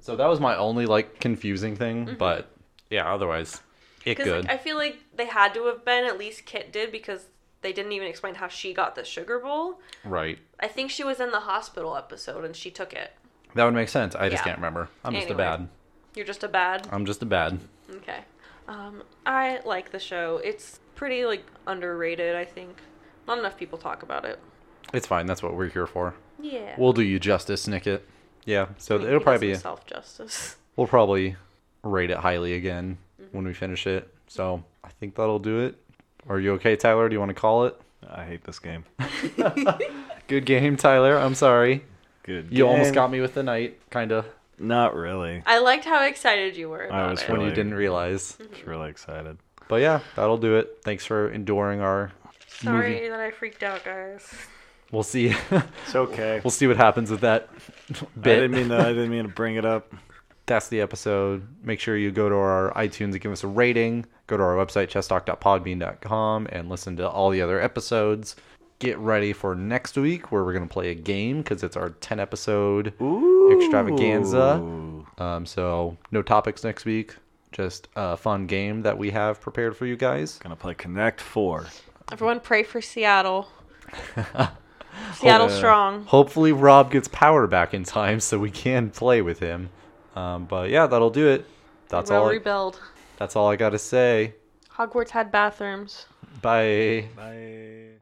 Speaker 1: So that was my only like confusing thing, but yeah, otherwise, it
Speaker 3: Because
Speaker 1: good.
Speaker 3: Mm-hmm. like, I feel like they had to have been. At least Kit did because they didn't even explain how she got the sugar bowl.
Speaker 1: right.
Speaker 3: I think she was in the hospital episode and she took it.
Speaker 1: That would make sense. I just
Speaker 3: Yeah.
Speaker 1: can't remember. I'm just a
Speaker 3: Anyway.
Speaker 1: bad.
Speaker 3: You're just a bad.
Speaker 1: I'm just a bad.
Speaker 3: Okay. Um, I like the show. It's pretty like underrated. I think not enough people talk about it.
Speaker 1: It's fine. That's what we're here for.
Speaker 3: Yeah.
Speaker 1: We'll do you justice, Snicket. Yeah. So it'll probably be.
Speaker 3: self justice.
Speaker 1: We'll probably rate it highly again
Speaker 3: Mm-hmm.
Speaker 1: when we finish it. So I think that'll do it. Are you okay, Tyler? Do you want to call it?
Speaker 2: I hate this game. <laughs>
Speaker 1: Good game, Tyler. I'm sorry.
Speaker 2: Good.
Speaker 1: You almost
Speaker 2: game.
Speaker 1: got me with the knight, kind of.
Speaker 2: Not really.
Speaker 3: I liked how excited you were
Speaker 2: I
Speaker 3: about
Speaker 2: was
Speaker 3: it.
Speaker 1: When you
Speaker 2: Really?
Speaker 1: didn't realize.
Speaker 2: It's really excited.
Speaker 1: But yeah, that'll do it. Thanks for enduring our.
Speaker 3: Sorry
Speaker 1: movie.
Speaker 3: that I freaked out, guys.
Speaker 1: We'll see. <laughs>
Speaker 2: It's okay.
Speaker 1: we'll see what happens with that
Speaker 2: I
Speaker 1: bit.
Speaker 2: didn't mean to, I didn't mean to bring it up.
Speaker 1: that's the episode. Make sure you go to our iTunes and give us a rating. Go to our website, chesstalk.podbean.com, and listen to all the other episodes. Get ready for next week where we're going to play a game because it's our 10 episode extravaganza.
Speaker 2: Ooh.
Speaker 1: Um, so, no topics next week, just a fun game that we have prepared for you guys.
Speaker 2: Gonna play Connect Four.
Speaker 3: Everyone pray
Speaker 1: <laughs>
Speaker 3: for Seattle. Seattle
Speaker 2: Yeah.
Speaker 3: strong.
Speaker 1: Hopefully, Rob gets power back in time so we can play with him. Um, but yeah, that'll do it. That's
Speaker 3: we'll
Speaker 1: all. I,
Speaker 3: rebuild.
Speaker 1: that's all I got to say.
Speaker 3: Hogwarts had bathrooms.
Speaker 1: Bye.
Speaker 2: Bye.